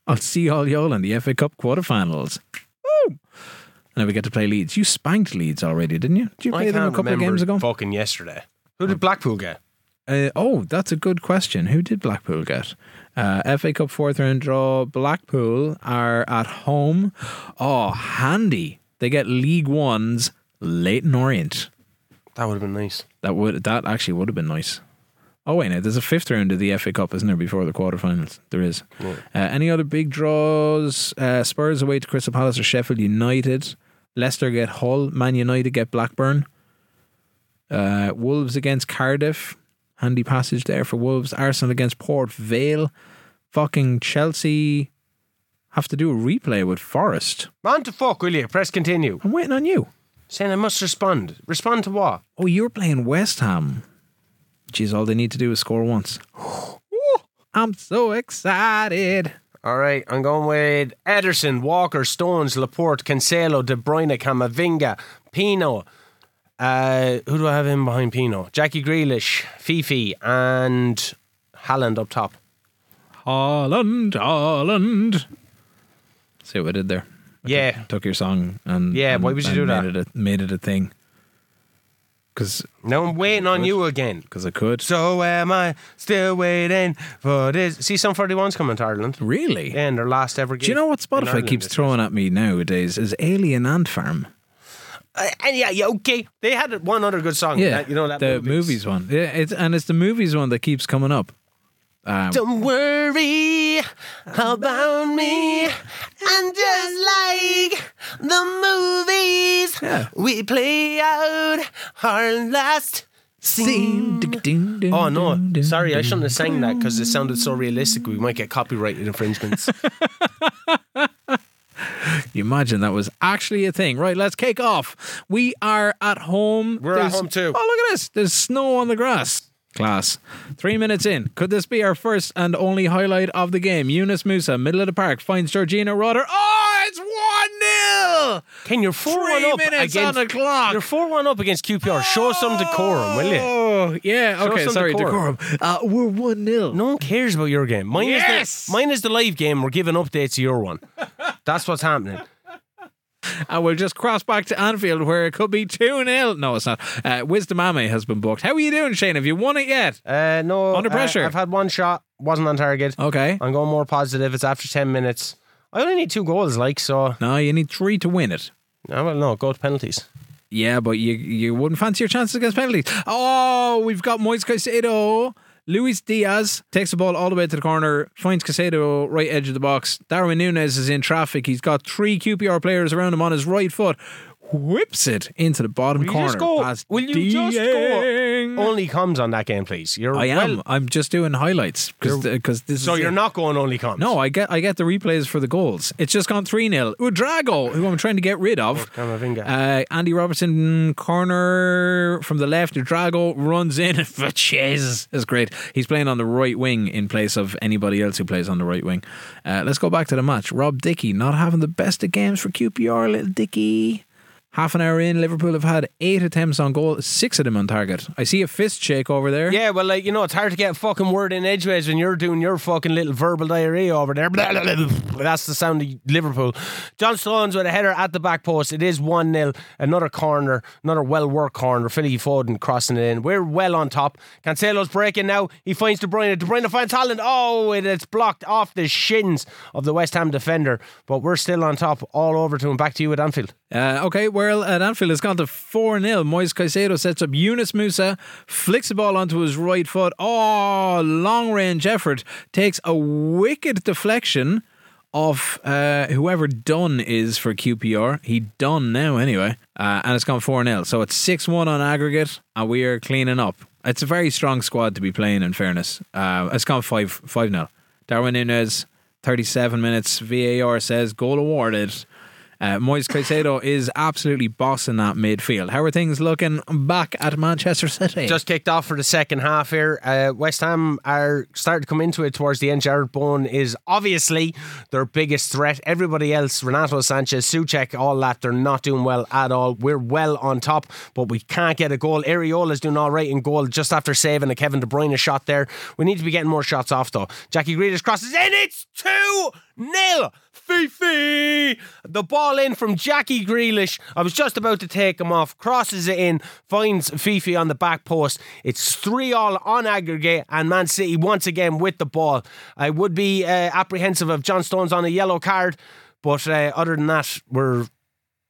I'll see all y'all in the FA Cup quarterfinals. Woo! And then we get to play Leeds. You spanked Leeds already, didn't you? Did you play them a couple of games ago? Oh.
Fucking yesterday. Who did Blackpool get?
Uh, oh, that's a good question. Who did Blackpool get? Uh, FA Cup fourth round draw. Blackpool are at home. Oh, handy. They get League One's Leighton Orient.
That would have been nice.
That would that actually would have been nice. Oh wait, now there's a fifth round of the FA Cup, isn't there? Before the quarterfinals, there is. Uh, any other big draws? Uh, Spurs away to Crystal Palace or Sheffield United. Leicester get Hull. Man United get Blackburn. Uh, Wolves against Cardiff. Handy passage there for Wolves. Arsenal against Port Vale. Fucking Chelsea have to do a replay with Forest.
Man to fuck, will you? Press continue.
I'm waiting on you.
Saying I must respond. Respond to what?
Oh, you're playing West Ham. Geez, all they need to do is score once. I'm so excited.
All right, I'm going with Ederson, Walker, Stones, Laporte, Cancelo, De Bruyne, Camavinga, Pino. Uh, who do I have in behind Pino? Jackie Grealish, Fifi, and Halland up top.
Holland, Holland. See what I did there?
Yeah.
Took your song and
Yeah,
and-
why would you do
and
that?
Made it a, made it a thing. Because
Now I'm waiting on you again.
I could.
So am I still waiting for this? See, some 41's coming to Ireland.
really?
Yeah, and their last ever game.
Do you know what
in
Spotify
Ireland
keeps
this
throwing at me nowadays is Alien Ant Farm.
year. Uh, and yeah, yeah, okay. They had one other good song.
Yeah,
Oh, that- you know that
the movies one. Yeah, it's and it's the movies one that keeps coming up.
Don't worry about me. I'm just like the movies.
Yeah.
We play out our last Oh no! Sorry, I shouldn't have sang that because it sounded so realistic. We might get
[LAUGHS]
copyrighted infringements.
You imagine that was actually a thing. Right, let's kick off. We are at home.
We're at home too.
Oh, look at this. There's snow on the grass. Class. Three minutes in. Could this be our first and only highlight of the game? Eunice Musa, middle of the park, finds Georgina Rutter. Oh, it's 1 0.
Ken, you're four
Three
one up
minutes
against
on the clock.
You're four one up against QPR. Show some decorum, will you?
Oh, yeah. Okay,
some
sorry,
decorum.
decorum. Uh, we're 1 0.
No one cares about your game. Mine is
Yes!
the, mine is the live game. We're giving updates to your one.
[LAUGHS]
That's what's happening.
And Uh, we'll just cross back to Anfield where it could be 2 0. No, it's not. Uh, Wisdom Ame has been booked. How are you doing, Shane? Have you won it yet?
Uh, no,
Under
uh,
pressure.
I've had one shot. Wasn't on target.
Okay.
I'm going more positive. It's after ten minutes. I only need two goals, like so.
No, you need three to win it.
I well, no, go to penalties.
Yeah, but you you wouldn't fancy your chances against penalties. Oh, we've got Moise Caicedo. Luis Diaz takes the ball all the way to the corner, finds Casado right edge of the box. Darwin Nunes is in traffic. He's got three QPR players around him on his right foot. Whips it into the bottom
Will you
corner.
just go?
That's
Will you just go?
Dieng.
Only comes on that game, please. You're
I am.
well-
I'm just doing highlights because this
so
is
you're
it.
not going only comes.
No, I get I get the replays for the goals. It's just gone 3 0. Udrago, who I'm trying to get rid of.
Camavinga.
Uh, Andy Robertson, corner from the left. Udrago runs in. [LAUGHS] Vaches is great. He's playing on the right wing in place of anybody else who plays on the right wing. Uh, let's go back to the match. Rob Dickey, not having the best of games for QPR, little Dickey. Half an hour in, Liverpool have had eight attempts on goal, six of them on target. I see a fist shake over there.
Yeah, well, like you know, it's hard to get a fucking word in edgeways when you're doing your fucking little verbal diarrhea over there. That's the sound of Liverpool. John Stones with a header at the back post. It is one 0 Another corner, another well worked corner. Philly Foden crossing it in. We're well on top. Cancelo's breaking now. He finds De Bruyne. De Bruyne finds Holland. Oh, and it's blocked off the shins of the West Ham defender. But we're still on top. All over to him. Back to you at Anfield.
Uh, okay, well, at Anfield, it's gone to 4 0. Moise Caicedo sets up Eunice Musa, flicks the ball onto his right foot. Oh, long range effort. Takes a wicked deflection off uh, whoever Dunn is for QPR. He done now, anyway. Uh, and it's gone 4 0. So it's 6 1 on aggregate, and we are cleaning up. It's a very strong squad to be playing, in fairness. Uh, it's gone 5 5 0. Darwin Inez, 37 minutes. VAR says goal awarded. Uh, Moise Caicedo is absolutely bossing that midfield. How are things looking back at Manchester City?
Just kicked off for the second half here. Uh, West Ham are starting to come into it towards the end. Jared Bowen is obviously their biggest threat. Everybody else, Renato Sanchez, Suchek, all that, they're not doing well at all. We're well on top, but we can't get a goal. Areola's doing all right in goal just after saving a Kevin De Bruyne shot there. We need to be getting more shots off, though. Jackie Grealish crosses in. It's 2 0. Fifi! The ball in from Jackie Grealish. I was just about to take him off. Crosses it in, finds Fifi on the back post. It's three all on aggregate, and Man City once again with the ball. I would be uh, apprehensive of John Stones on a yellow card, but uh, other than that, we're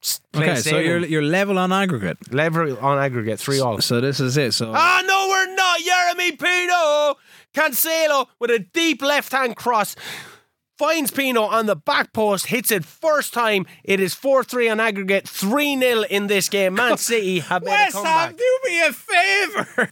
s- playing
okay, so
sailing.
you're you're level on aggregate.
level on aggregate three all.
So this is it. So
Ah, no, we're not. Jeremy Pino. Cancelo with a deep left hand cross. Finds Pino on the back post, hits it first time. It is 4 3 on aggregate, 3 0 in this game.
[LAUGHS]
Man City have made a
West Ham,
comeback.
do me a [LAUGHS] favor.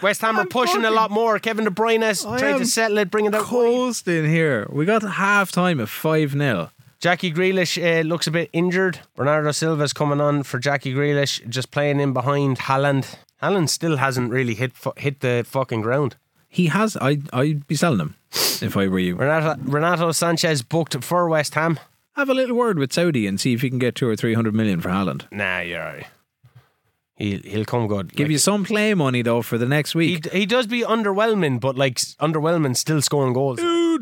West Ham are
I'm
pushing a
fucking-
lot more. Kevin De Bruyne is
I
trying
am
to settle it, bringing that wide.
Coast in here. We got half time at five 0
Jackie Grealish uh, looks a bit injured. Bernardo Silva's coming on for Jackie Grealish, just playing in behind Haaland. Haaland still hasn't really hit fu- hit the fucking ground.
He has. I I'd be selling him if I were you.
Renato, Renato Sanchez booked for West Ham.
Have a little word with Saudi and see if you can get two or three hundred million for Haaland.
Nah, you're alright. He he'll come good.
Give
Like,
you some play money though for the next week.
he, d- he does be underwhelming, but like s- underwhelming, still scoring goals.
Two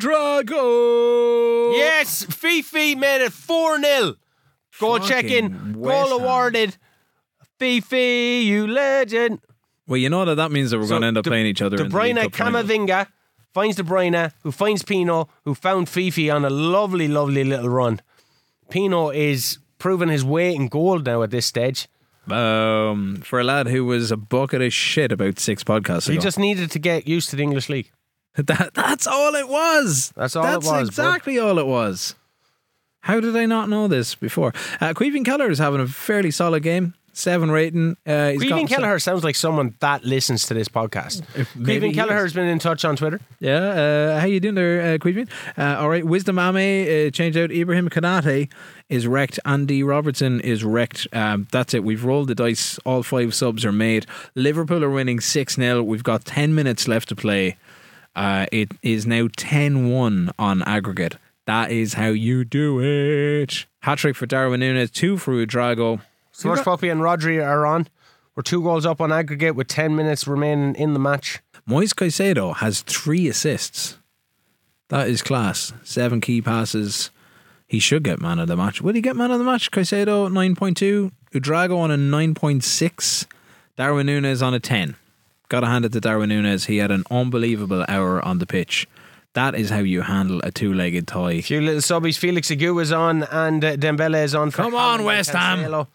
Drago.
Yes, Fifi made it four 0 Goal
Fucking
check in,
West
goal
Ham.
awarded. Fifi, you legend.
Well, you know that that means that we're going to end up
De-
playing each other.
De
in the League
Bruyne
Cup final.
Camavinga finds De Bruyne, who finds Pino, who found Fifi on a lovely, lovely little run. Pino is proving his weight in gold now at this stage.
Um, for a lad who was a bucket of shit about six podcasts
He
ago.
just needed to get used to the English league.
[LAUGHS] that, that's all it was.
That's all it
That's
was, bro.
exactly all it was. How did I not know this before? Uh, Queeving Keller is having a fairly solid game. Seven rating. Uh, he's
Cleveland
got-
Kelleher sounds like someone that listens to this podcast.
maybe
Cleveland
he
Kelleher
is.
has been in touch on Twitter.
Yeah. Uh, how you doing there, uh, Queeving? Uh, all right. Wisdom Ame uh, changed out. Ibrahim Kanate is wrecked. Andy Robertson is wrecked. Um, that's it. We've rolled the dice. All five subs are made. Liverpool are winning 6 0. We've got 10 minutes left to play. Uh, it is now 10 1 on aggregate. That is how you do it. Hat trick for Darwin Nunes, two for Udrago.
Source Puppy and Rodri are on. We're two goals up on aggregate with 10 minutes remaining in the match.
Moise Caicedo has three assists. That is class. Seven key passes. He should get man of the match. Will he get man of the match? Caicedo 9.2, Udrago on a 9.6, Darwin Nunes on a 10. Got to hand it to Darwin Nunes. He had an unbelievable hour on the pitch. That is how you handle a two legged tie.
A few little subbies. Felix Agu is on and uh, Dembele is on. for
Come
Haaland
on,
and
West Ham.
Cancelo.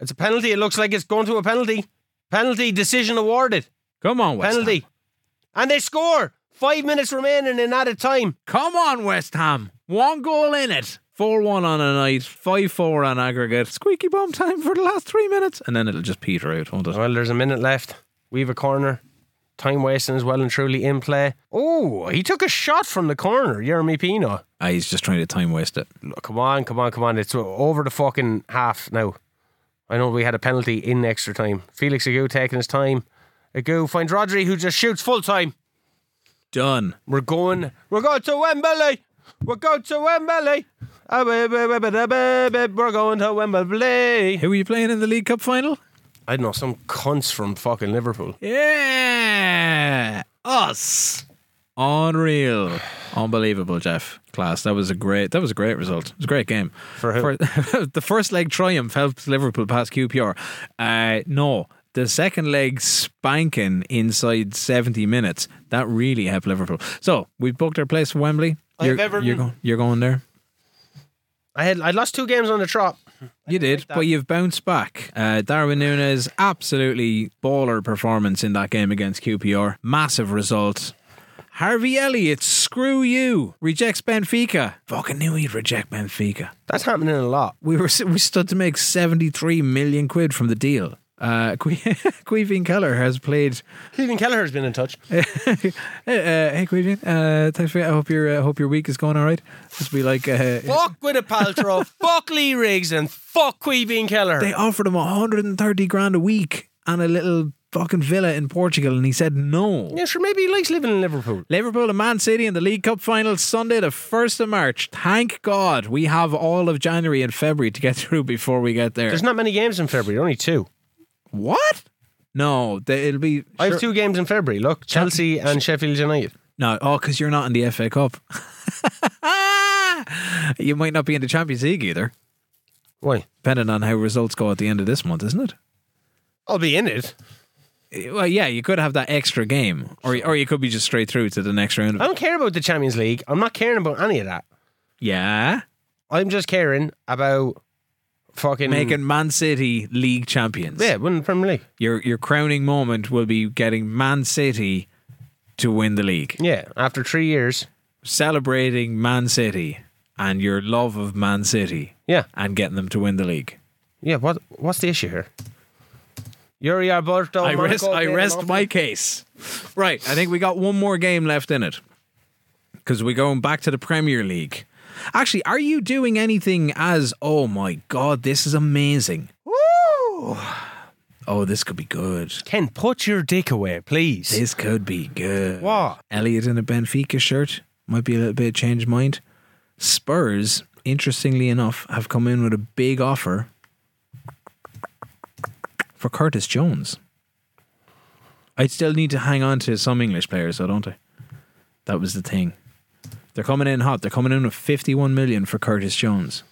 It's a penalty. It looks like it's going to a penalty. Penalty decision awarded.
Come on, West
Penalty.
Ham.
And they score. Five minutes remaining in added time.
Come on, West Ham. One goal in it. 4 1 on a night, 5 4 on aggregate. Squeaky bum time for the last three minutes. And then it'll just peter out, won't it?
Well, there's a minute left. We have a corner. Time wasting is well and truly in play. Oh, he took a shot from the corner, Jeremy Pino.
Ah, he's just trying to time waste it.
Look, come on, come on, come on. It's over the fucking half now. I know we had a penalty in extra time. Felix Agu taking his time. Agu finds Rodri, who just shoots full time.
Done.
We're going, we're going to Wembley. We're going to Wembley. Ah, ba- ba- ba- ba- da- ba- ba- We're going to Wembley.
Who are you playing in the League Cup final?
I don't know, some cunts from fucking Liverpool.
Yeah, us. Unreal, unbelievable, Jeff. Class. That was a great. That was a great result. It was a great game.
For who?
For- [LAUGHS] the first leg triumph helped Liverpool pass QPR. Uh, no, the second leg spanking inside seventy minutes. That really helped Liverpool. So we booked our place for Wembley.
I've
you're,
Everton.
you're, go- you're going there.
I had I lost two games on the trot.
You did,
that.
but you've bounced back. Uh, Darwin Nunes, absolutely baller performance in that game against QPR. Massive result. Harvey Elliott, screw you. Rejects Benfica. Fucking knew he'd reject Benfica.
That's happening a lot.
We were [LAUGHS] we stood to make 73 million quid from the deal. Uh, [LAUGHS] Queeveen Keller has played. [LAUGHS]
Keegan Kelleher's been in touch.
Uh, uh, hey, Queeveen, uh, thanks for. I hope your uh, hope your week is going all right. Just be like, uh,
fuck Gwyneth [LAUGHS] Paltrow, fuck Lee Riggs, and fuck Queeveen Keller.
they offered him 130 grand a week and a little fucking villa in Portugal, and he said no.
yeah, sure, maybe he likes living in Liverpool.
Liverpool and Man City in the League Cup final Sunday, the 1st of March. Thank God we have all of January and February to get [LAUGHS] through before we get there.
There's not many games in February, only two.
what? No, they, it'll be.
I have
sure-
two games in February. Look, Chelsea and Sheffield United.
No, oh, because you're not in the FA Cup. [LAUGHS] you might not be in the Champions League either,
Why?
depending on how results go at the end of this month, isn't it?
I'll be in it.
Well, yeah, you could have that extra game, or or you could be just straight through to the next round.
I don't care about the Champions League. I'm not caring about any of that.
Yeah.
I'm just caring about fucking
Making Man City league champions.
yeah, winning the Premier League.
Your your crowning moment will be getting Man City to win the league.
Yeah, after three years.
Celebrating Man City and your love of Man City
Yeah,
and getting them to win the league.
yeah. What what's the issue here? Yuri Alberto.
I rest
Marco
I
Glenn
rest
Hoffman.
my case. Right, I think we got one more game left in it. Cuz we're going back to the Premier League. Actually, are you doing anything as oh my god, this is amazing. Woo! Oh, this could be good.
Ken, put your dick away, please.
This could be good.
What?
Elliot in a Benfica shirt might be a little bit of change of mind. Spurs, interestingly enough, have come in with a big offer for Curtis Jones. I still need to hang on to some English players, though, don't I? That was the thing. They're coming in hot. They're coming in with fifty-one million for Curtis Jones.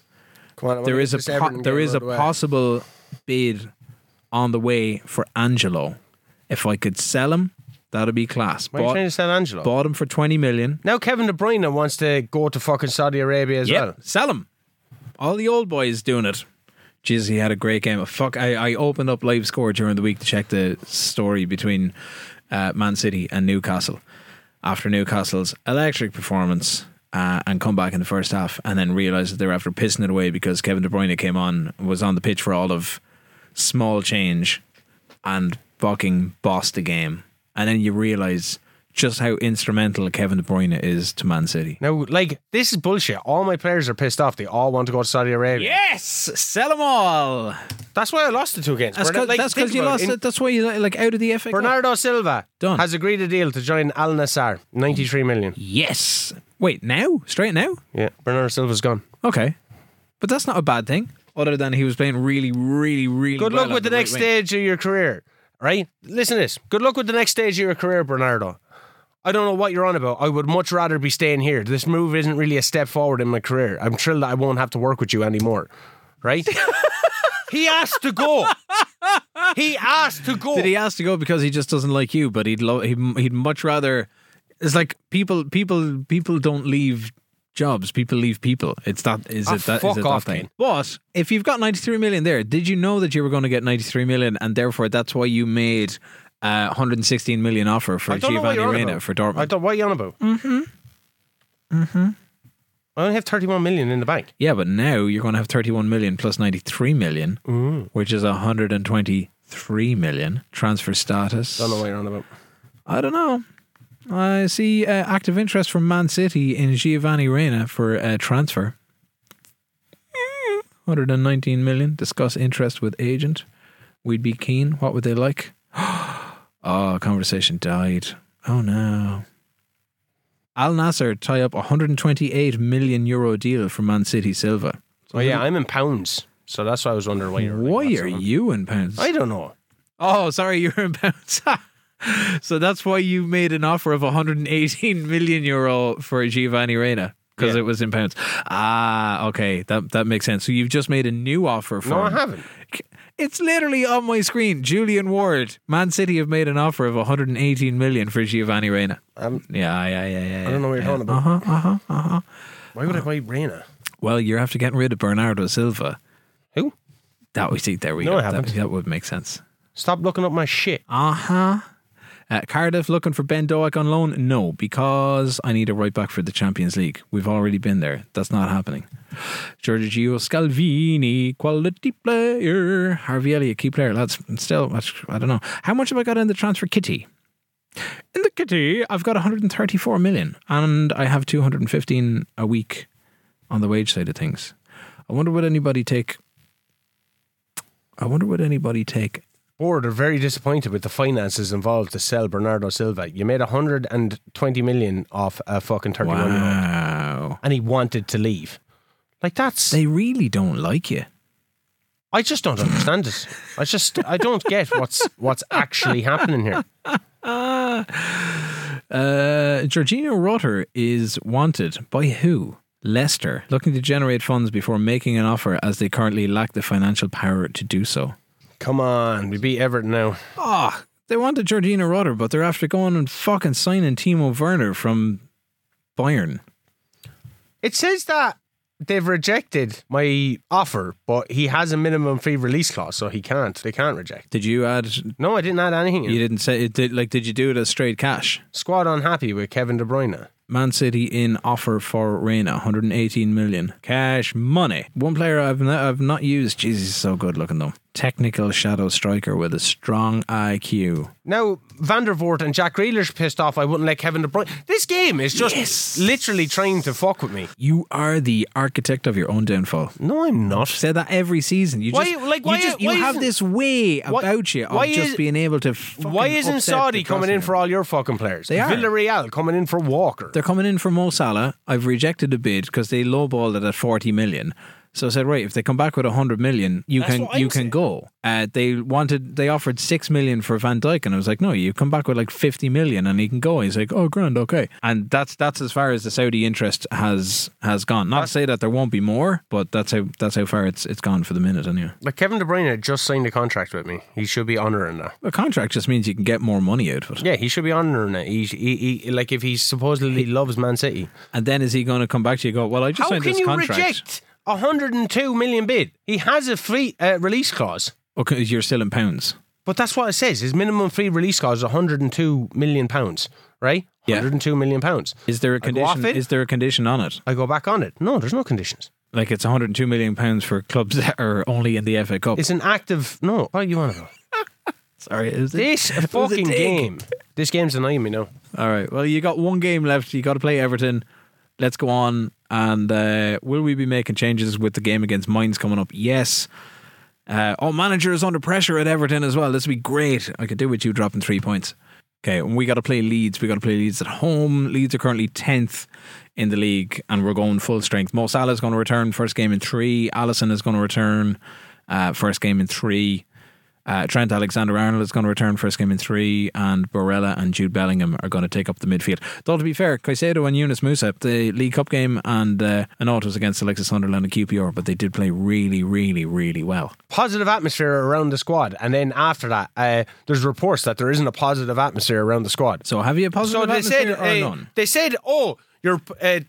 Come on, I wanna
There
get
is a
this
po-
Everton
there
game
is
out
a
of the way.
possible bid on the way for Angelo. If I could sell him, that'd be class.
Why are you trying to sell Angelo?
Oh. Bought him for 20 million.
Now Kevin De Bruyne wants to go to fucking Saudi Arabia as well.
Sell him. All the old boys doing it. Jeez, he had a great game. Fuck, I, I opened up live score during the week to check the story between uh, Man City and Newcastle after Newcastle's electric performance uh, and come back in the first half and then realised that they were after pissing it away because Kevin De Bruyne came on, was on the pitch for all of small change and fucking bossed the game. And then you realise just how instrumental Kevin De Bruyne is to Man City.
Now, like, this is bullshit. All my players are pissed off. They all want to go to Saudi Arabia.
Yes, sell them all.
That's why I lost the two games.
That's
Bernard-
because
like, think
you
about
lost.
In-
it. That's why you like out of the FA. Cup.
Bernardo Silva
Done.
has agreed a deal to join Al Nassr, 93 million.
Yes. Wait, now straight now.
Yeah, Bernardo Silva's gone.
Okay, but that's not a bad thing. Other than he was playing really, really, really.
Good
well
luck
on
with the,
right
next
wing.
stage of your career, right? Listen to this. Good luck with the next stage of your career, Bernardo. I don't know what you're on about. I would much rather be staying here. This move isn't really a step forward in my career. I'm thrilled that I won't have to work with you anymore,
[LAUGHS]
right? he asked to go. He asked to go.
Did he ask to go because he just doesn't like you? But he'd love. He'd, he'd much rather. It's like people, people, people don't leave jobs. People leave people. It's that. Is
Ah,
it that? Is
fuck
it
off,
that thing?
Ken.
But if you've got ninety three million there, did you know that you were going to get ninety three million, and therefore that's why you made uh, one hundred sixteen million offer for
I don't know
Giovanni
what you're on
Reina
about.
for
I
Dortmund?
don't. What are you on about? Mm-hmm. Mm-hmm. I only have 31 million in the bank.
Yeah, but now you're going to have thirty one million plus ninety three million, which is one hundred and twenty three million transfer status.
Don't know what you're on about.
I don't know. I see uh, active interest from Man City in Giovanni Reina for uh, transfer. Hmm. 119 million. Discuss interest with agent. We'd be keen. What would they [GASPS] Ah, like? Oh, conversation died. Oh no. Al Nasser tie up 128 million euro deal for Man City Silva.
Oh yeah, I'm in pounds, so that's why I was wondering why you're.
Mm-hmm. Why are you in pounds?
I don't know.
Oh, sorry, [LAUGHS] you're in pounds. so that's why you made an offer of 118 million euro for Giovanni Reina because
Yeah.
it was in pounds. Ah, okay, that that makes sense. So you've just made a new offer for.
No, I
him.
haven't.
It's literally on my screen. Julian Ward, Man City have made an offer of 118 million for Giovanni Reina.
Um,
yeah, yeah, yeah, yeah.
I don't know what you're talking about.
Uh huh. Uh huh.
Why would I buy Reina?
Well, you're after getting rid of Bernardo Silva.
Who?
That we see. There we
No,
go.
I
That-
haven't.
that would make sense.
Stop looking up my shit.
Uh-huh. Uh, Cardiff looking for Ben Doak on loan? No, because I need a right back for the Champions League. We've already been there. That's not happening. Giorgio Scalvini, quality player. Harvey Elliott, key player. That's still, that's- I don't know. How much have I got in the transfer kitty? In the kitty, I've got 134 million and I have 215 a week on the wage side of things. I wonder would anybody take. I wonder would anybody take
Board are very disappointed with the finances involved to sell Bernardo Silva. You made 120 million off a fucking 31 year old,
Wow.
and he wanted to leave. Like that's.
They really don't like you.
I just don't understand it. I just I don't get what's what's actually happening here.
Uh, Jorginho Rutter is wanted by who? Leicester, looking to generate funds before making an offer as they currently lack the financial power to do so.
Come on, we beat Everton now.
Ah, they wanted Jorginho Rutter, but they're after going and fucking signing Timo Werner from Bayern.
It says that they've rejected my offer, but he has a minimum fee release clause, so he can't. They can't reject.
Did you add?
No, I didn't add anything. in.
You didn't say it. Did, like, did you do it as straight cash?
Squad unhappy with Kevin De Bruyne.
Man City in offer for Reina, 118 million cash money. One player I've not, I've not used. Jesus, he's so good looking though. Technical shadow striker with a strong IQ.
Now Van der Voort and Jack Grealish pissed off. I wouldn't let Kevin De Bruyne. This game is just
Yes.
literally trying to fuck with me.
You are the architect of your own downfall.
No, I'm not.
Say that every season. You
Why-
just
like,
you
why-
just- you
why
have
isn't-
this way
why-
about you of
why
just
is-
being able to.
Why
fucking
isn't
upset
Saudi
the
coming in
crossing.
for all your fucking players?
They are.
Villarreal coming in for Walker.
They're coming in for Mo Salah. I've rejected a bid because they lowballed it at 40 million. So I said, right, if they come back with 100 million, you
That's
can
what I'm
you can
saying.
go. Uh, they wanted they offered 6 million for Van Dijk and I was like, no, you come back with like 50 million and he can go. He's like, oh, grand, okay. And that's that's as far as the Saudi interest has has gone. Not to say that there won't be more, but that's how that's how far it's it's gone for the minute anyway.
Like Kevin De Bruyne just signed a contract with me. He should be honouring that.
A contract just means you can get more money out of it.
Yeah, he should be honouring it. He, he, he, like if he supposedly loves Man City,
And then is he going to come back to you and go, well, I just
how
signed
can
this
you
contract.
reject a hundred and two million bid? He has a free uh, release clause,
Okay, you're still in pounds.
but that's what it says. His minimum free release clause is one hundred and two million pounds, right?
Yeah.
One hundred and two million pounds.
Is there a
I go off
condition?
it?
Is there a condition on it?
I go back on it. No, there's no conditions.
Like it's 102 million pounds for clubs [LAUGHS] that are only in the FA Cup.
It's an active. No, what are you on about?
Sorry, [LAUGHS] is
This fucking game. This game's annoying me now.
All right. Well, you got one game left. You got to play Everton. Let's go on. And uh, will we be making changes with the game against Mines coming up? Yes. Uh, oh, manager is under pressure at Everton as well. This would be great. I could do with you dropping three points. Okay, and we got to play Leeds. We got to play Leeds at home. Leeds are currently tenth in the league, and we're going full strength. Mo Salah is going to return first game in three. Allison is going to return uh, first game in three. Uh, Trent Alexander Arnold is going to return first game in three, and Barella and Jude Bellingham are going to take up the midfield. Though, to be fair, Caicedo and Yunus Musa, the League Cup game, and uh, an auto was against Alexis Sunderland and QPR, but they did play really, really, really well.
positive atmosphere around the squad, and then after that, uh, there's reports that there isn't a positive atmosphere around the squad.
So, have you a positive
So they
atmosphere
said,
or
eh,
none?
they said, oh, you're. Uh,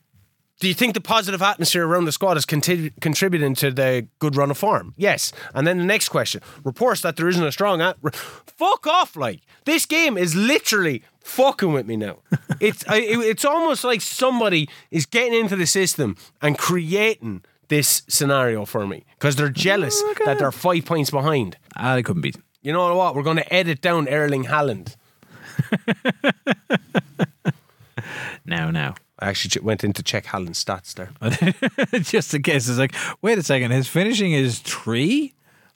do you think the positive atmosphere around the squad is conti- contributing to the good run of form? Yes. And then the next question reports that there isn't a strong. At- re- Fuck off! Like this game is literally fucking with
[LAUGHS]
me now. It's I, it- it's almost like somebody is getting into the system and creating this scenario for me because they're
Oh
jealous that they're five points behind.
I Ah, couldn't beat.
You know what? We're going to edit down Erling Haaland.
Now, [LAUGHS] now.
I actually ch- went in to check Haaland's stats there.
Just in case it's like, wait a second, his finishing is three?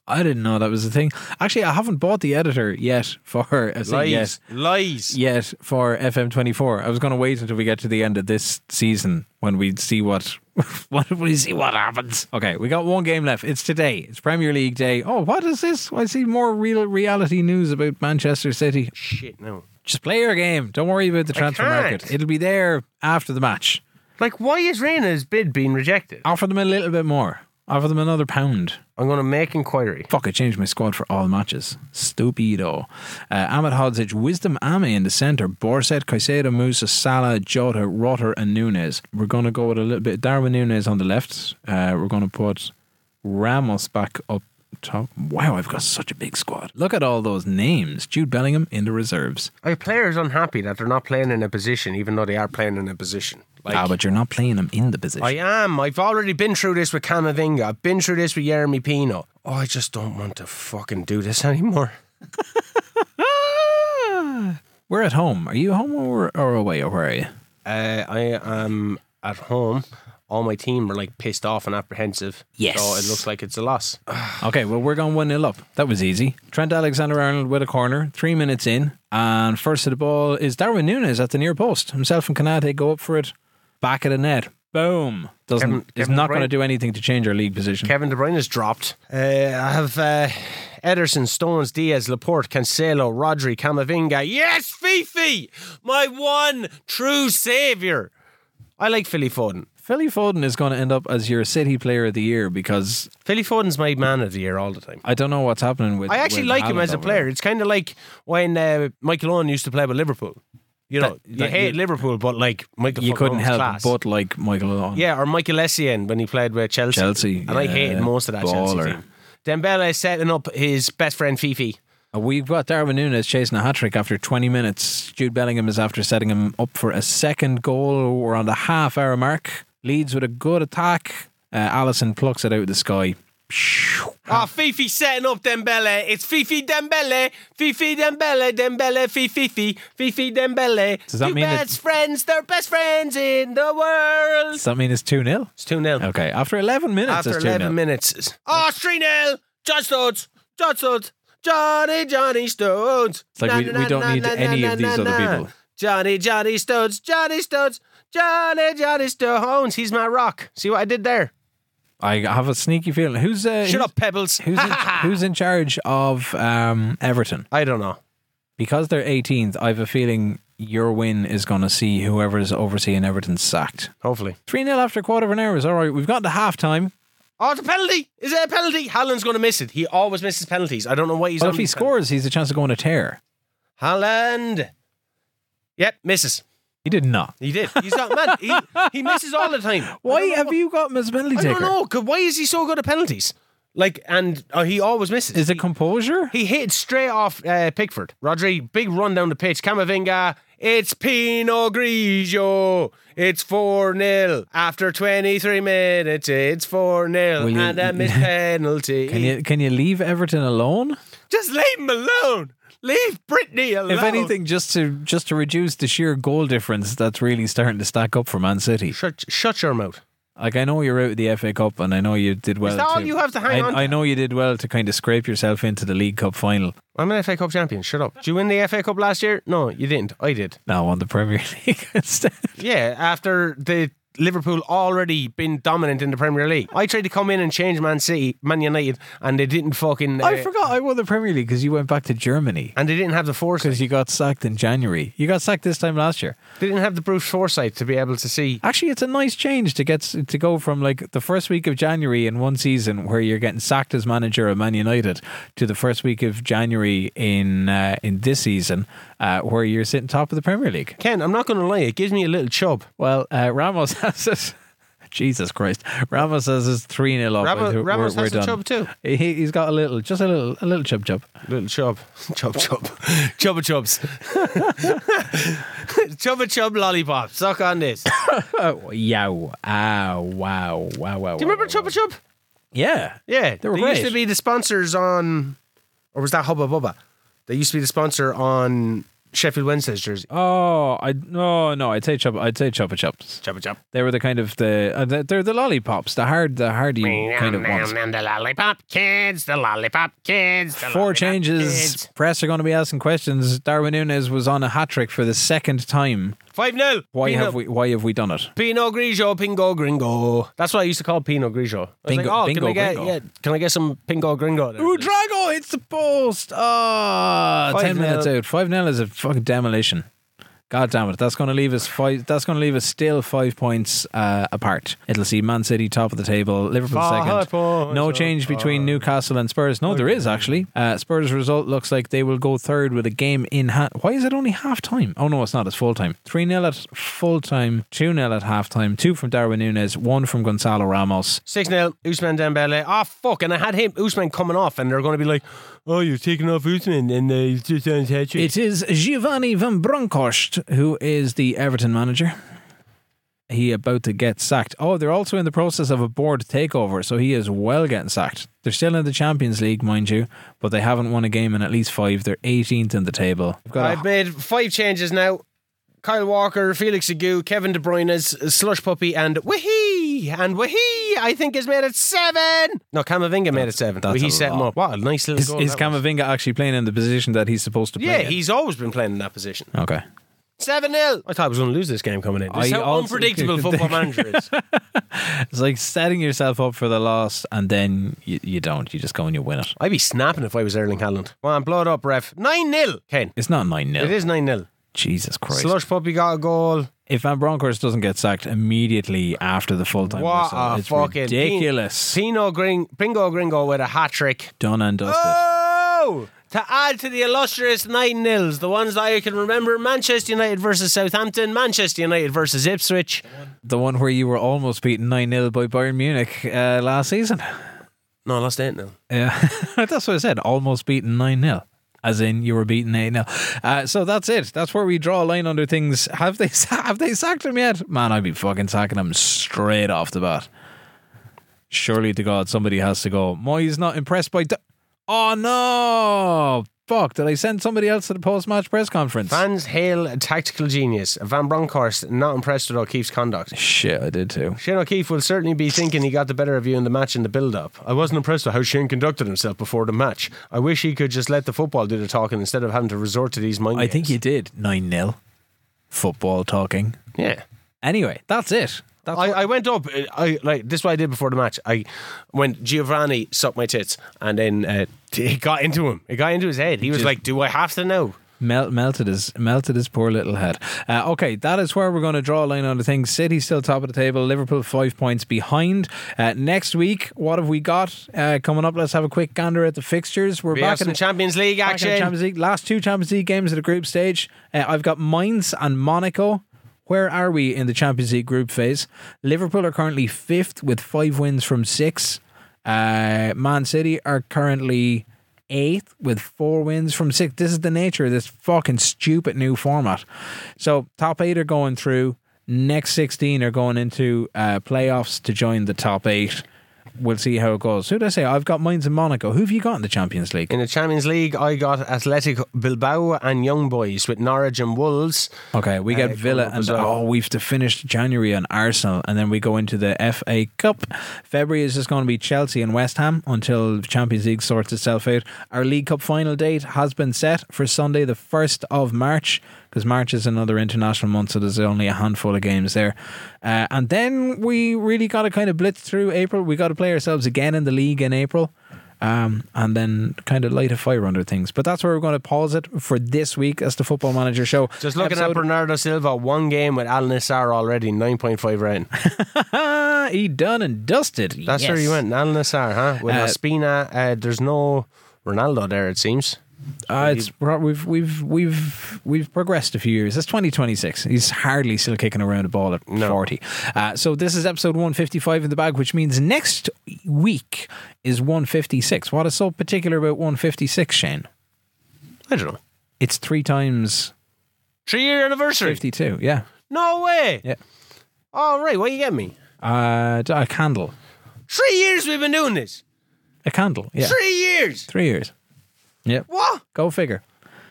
I didn't know that was a thing. Actually, I haven't bought the editor yet for I say
Lies.
yet,
Lies.
yet for FM24. I was going to wait until we get to the end of this season when we see what [LAUGHS] what we see what happens. Okay, we got one game left. It's today. It's Premier League day. Oh, what is this? I see more real reality news about Manchester City.
Shit, no.
Just play your game. Don't worry about the transfer market.
can't.
It'll be there after the match.
Like, why is Reina's bid being rejected?
Offer them a little bit more. Offer them another pound.
I'm going to make inquiry.
Fuck, I changed my squad for all matches. Stupido. Uh, Ahmed Hodzic, Wisdom Ame in the centre, Borset, Caicedo, Musa, Salah, Jota, Rotter, and Nunes. We're going to go with a little bit Darwin Nunes on the left. Uh, we're going to put Ramos back up top. Wow, I've got such a big squad. Look at all those names. Jude Bellingham in the reserves.
Are players unhappy that they're not playing in a position, even though they are playing in a position? Like,
ah, but you're not playing him in the position.
I am. I've already been through this with Camavinga. I've been through this with Jeremy Pino. Oh, I just don't want to fucking do this [LAUGHS] anymore.
We're at home. Are you home or, or away, or where are you?
Uh, I am at home. All my team are like pissed off and apprehensive.
Yes.
So it looks like it's a loss.
Okay, well, we're going 1 0 up. That was easy. Trent Alexander Arnold with a corner, three minutes in. And first to the ball is Darwin Nunes at the near post. Himself and Kanate go up for it. Back of the net. Boom. Doesn't
Kevin-
is
Kevin
not
De Bruyne.
going to do anything to change our league position.
Kevin De Bruyne is dropped. Uh, I have uh, Ederson, Stones, Diaz, Laporte, Cancelo, Rodri, Camavinga. Yes, Fifi, my one true saviour. I like Philly Foden.
Philly Foden is going to end up as your City Player of the Year because
Philly Foden's my man of the year all the time.
I don't know what's happening with.
I actually
with
like him
Haaland
as a
over
player.
there.
It's kind of like when uh, Michael Owen used to play with Liverpool. You know,
That-
you
that
hate
you-
Liverpool, but like Michael,
You
fucking
couldn't
Owen
help
was class.
but like Michael Owen.
Yeah, or Michael Essien when he played with Chelsea.
Chelsea,
And I hated
yeah,
most of that Chelsea
baller.
team. Dembele is setting up his best friend Fifi.
We've got Uh, Darwin Nunes chasing a hat trick after 20 minutes. Jude Bellingham is after setting him up for a second goal. We're on the half hour mark. Leeds with a good attack. Uh, Allison plucks it out of the sky.
Oh, Fifi setting up Dembele. It's Fifi Dembele. Fifi Dembele. Dembele. Fifi. Fifi. Fifi Dembele.
Does that
Two
mean that-
best friends. They're best friends in the world.
Does that mean it's 2 0?
It's 2 0.
Okay, after 11 minutes,
After
it's 2 0.
11 minutes. Oh, it's 3 0. John Stones. John Stones. Johnny, Johnny Stones.
It's like we- we don't need any of these other people.
Johnny, Johnny Stones. Johnny Stones. Johnny, Johnny Stones. He's my rock. See what I did there?
I have a sneaky feeling. Who's, uh,
Shut
who's,
up, [LAUGHS] Pebbles.
Who's in, who's in charge of um, Everton?
I don't know.
Because they're 18th, I have a feeling your win is going to see whoever's overseeing Everton sacked.
Hopefully.
3 0 after a quarter of an hour is all right. We've got the half time.
Oh, it's a penalty. Is it a penalty? Haaland's going to miss it. He always misses penalties. I don't know why he's
But
on
if he
these penalties.
scores, he's a chance of going to tear.
Haaland. Yep, misses.
He did not.
He did. He's not mad. He, he misses all the time. I
[LAUGHS] Why
don't know
have
what-
you got Ms. Penalty
I
Taker?
don't know. 'cause Why is he so good at penalties? Like, and oh, he always misses.
Is it composure?
he hit straight off uh, Pickford. Rodri, big run down the pitch. Camavinga. It's Pino Grigio. It's 4 0. After 23 minutes, it's 4 0.
Will you- [LAUGHS]
And a missed penalty.
Can you can you leave Everton alone?
Just leave him alone. Leave Brittany alone.
If anything, just to just to reduce the sheer goal difference that's really starting to stack up for Man City.
Shut, shut your mouth.
Like I know you're out of the FA Cup, and I know you did well.
that all
to-
you have to hang
I,
on to?
I know you did well to kind of scrape yourself into the League Cup final.
I'm an FA Cup champion. Shut up. Did you win the FA Cup last year? No, you didn't. I did.
Now on the Premier [LAUGHS] League instead.
Yeah, after the Liverpool already been dominant in the Premier League. I tried to come in and change Man City, Man United, and they didn't fucking. uh,
I forgot I won the Premier League because you went back to Germany
And they didn't have the foresight.
because you got sacked in January. You got sacked this time last year.
They didn't have the brute foresight to be able to see.
Actually, it's a nice change to get to go from like the first week of January in one season where you're getting sacked as manager of Man United to the first week of January in uh, in this season uh, where you're sitting top of the Premier League.
Ken, I'm not going to lie. It gives me a little chub.
Well, uh, Ramos [LAUGHS] has us. Jesus Christ, Ramos has us three 0 up.
Ramos-
We're-
Ramos
Oh, we're
has a
done.
chub too.
He, he's got a little, just a little, a little chub chub.
Little chub. Chub chub. Chubba chubs. Chubba chub lollipop. Suck on this. Do
Oh, yow! Ah, wow, wow, wow. wow,
you remember
wow, wow.
Chubba chub?
Yeah,
Yeah.
They were
used
great.
to be the sponsors on, or was that Hubba Bubba? They used to be the sponsor on Sheffield Wednesday's jersey.
Oh, I no no. I'd say chop. I'd say Chupa Chups.
Jabba jab.
They were the kind of the uh, the- they're the lollipops, the hard the hardy kind of ones.
the lollipop kids, the lollipop kids. the
Four
lollipop
changes.
kids.
Press are going to be asking questions. Darwin Nunes was on a hat trick for the second time.
Five 0
Why have we Why have we done it?
Pinot Grigio, Pingo Gringo. That's what I used to call Pinot Grigio. I was
Bingo-
like, oh,
bingo
can I get
gringo.
yeah? Can I get some Pingo Gringo? there,
Ooh,
please?
Drago hits the post. Ah,
Five
ten minutes
nil.
out. Five 0 is a fucking demolition. God damn it! That's going to leave us five. That's going to leave us still five points uh, apart. It'll see Man City top of the table, Liverpool
Five
second.
points Oh,
no change between Newcastle and Spurs. No, there is actually. Uh, Spurs' result looks like they will go third with a game in hand. Why is it only half time? Oh no, it's not. It's full time. Three 0 at full time. Two 0 at half time. Two from Darwin Nunes. One from Gonzalo Ramos.
Six 0 Usman Dembele. Ah, fuck! And I had him Usman coming off, and they're going to be like, "Oh, you're taking off Usman, and uh, he's just on his hat trick."
It is Giovanni van Bronckhorst who is the Everton manager. He about to get sacked. Oh, they're also in the process of a board takeover, so he is well getting sacked. They're still in the Champions League, mind you, but they haven't won a game in at least five. They're 18th in the table. They've got a-
I've made five changes now. Kyle Walker, Felix Agu, Kevin De Bruyne as Slush Puppy, and Wahee! And Wahee, I think, has made it seven. No, Camavinga made it seven.
that's
Wahee
a
set him
lot.
up. Wow, a nice little
is,
goal.
is
that was.
Camavinga actually playing in the position that he's supposed to play?
Yeah,
in?
he's always been playing in that position.
okay.
7 0. I thought I was going to lose this game coming in. This is
I
how
also- [LAUGHS]
unpredictable football manager is.
It's like setting yourself up for the loss, and then you, you don't. You just go and you win it.
I'd be snapping if I was Erling Haaland. Come on, blow it up, ref. 9 0. Kane.
It's not nine 0
It is 9 0.
Jesus Christ.
Slush Puppy got a goal.
If Van Bronckhorst doesn't get sacked immediately after the full time
What
whistle,
a
it's
fucking
ridiculous.
Pino Gring- Bingo Gringo with a hat trick.
Done and dusted.
Oh! To add to the illustrious 9 nils, the ones that I can remember Manchester United versus Southampton, Manchester United versus Ipswich.
The one where you were almost beaten 9 0 by Bayern Munich uh, last season.
No, I lost 8 nil.
Yeah, [LAUGHS] that's what I said. Almost beaten 9 0. As in, you were beaten 8 0. Uh, so that's it. That's where we draw a line under things. Have they [LAUGHS] have they sacked him yet? Man, I'd be fucking sacking him straight off the bat. Surely to God, somebody has to go. Moyes not impressed by. D- oh, no. Fuck, did I send somebody else to the post match press conference?
Fans hail a tactical genius. Van Bronckhorst not impressed with O'Keefe's conduct.
Shit, I did too.
Shane O'Keefe will certainly be thinking he got the better of you in the match in the build up. I wasn't impressed with how Shane conducted himself before the match. I wish he could just let the football do the talking instead of having to resort to these mind
I think you
games.
did. 9 0. Football talking.
Yeah.
Anyway, that's it. That's
I, I went up. uh, I like this. is What I did before the match, I went Giovanni sucked my tits, and then uh, it got into him. It got into his head. He was
Just-
like, "Do I have to know?"
Mel- melted his melted his poor little head. Uh, okay, that is where we're going to draw a line on the thing. City still top of the table. Liverpool five points behind. Uh, next week, what have we got uh, coming up? Let's have a quick gander at the fixtures. We're
We
back
have
in
some
the
Champions League
back in the
action.
Champions League. Last two Champions League games at the group stage. Uh, I've got Mainz and Monaco. Where are we in the Champions League group phase? Liverpool are currently fifth with five wins from six. Uh, Man City are currently eighth with four wins from six. This is the nature of this fucking stupid new format. So top eight are going through. Next sixteen are going into uh, playoffs to join the top eight. We'll see how it goes. Who did I say? I've got Mainz and Monaco. Who have you got in the Champions League?
In the Champions League, I got Athletic Bilbao and Young Boys with Norwich and Wolves.
Okay, we get
come
Villa
up
and
as well.
oh, we've to finish January on Arsenal, and then we go into the FA Cup. February is just going to be Chelsea and West Ham until Champions League sorts itself out. Our League Cup final date has been set for Sunday, the first of March, because March is another international month, so there's only a handful of games there. Uh, and then we really got to kind of blitz through April. We got to play ourselves again in the league in April um, and then kind of light a fire under things. But that's where we're going to pause it for this week as the Football Manager Show.
Just looking at
Episode-
Bernardo Silva, one game with Al Nassr already, 9.5 rating.
Ah, he done and dusted.
That's
yes.
where you went, Al Nassr, huh? With
Uh,
Espina, uh, there's no Ronaldo there, it seems.
Uh, it's pro- we've we've we've we've progressed a few years. That's twenty twenty six. He's hardly still kicking around a ball at
No.
forty. Uh, so this is episode one fifty five in the bag, which means next week is one fifty six. What is so particular about one fifty six, Shane?
I don't know.
It's three times
Three year anniversary.
fifty two. Yeah,
No way.
Yeah.
All right, what you get me?
uh, d- a candle,
Three years we've been doing this.
a candle. Yeah,
Three years.
three years. Yep.
What?
Go figure.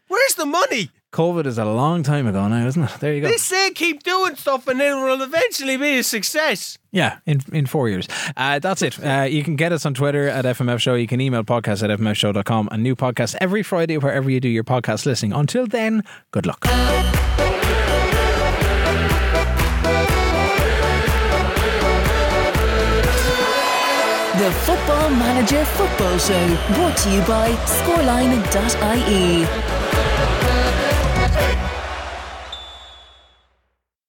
Where's the money?
COVID is a long time ago now, isn't it? There you go.
They say keep doing stuff and it will eventually be a success.
Yeah, in, in four years. Uh, that's it. Uh, you can get us on Twitter at FMF Show. You can email podcast at FMFshow.com. A new podcast every Friday, wherever you do your podcast listening. Until then, good luck.
The Football Manager Football Show, brought to you by scoreline.ie.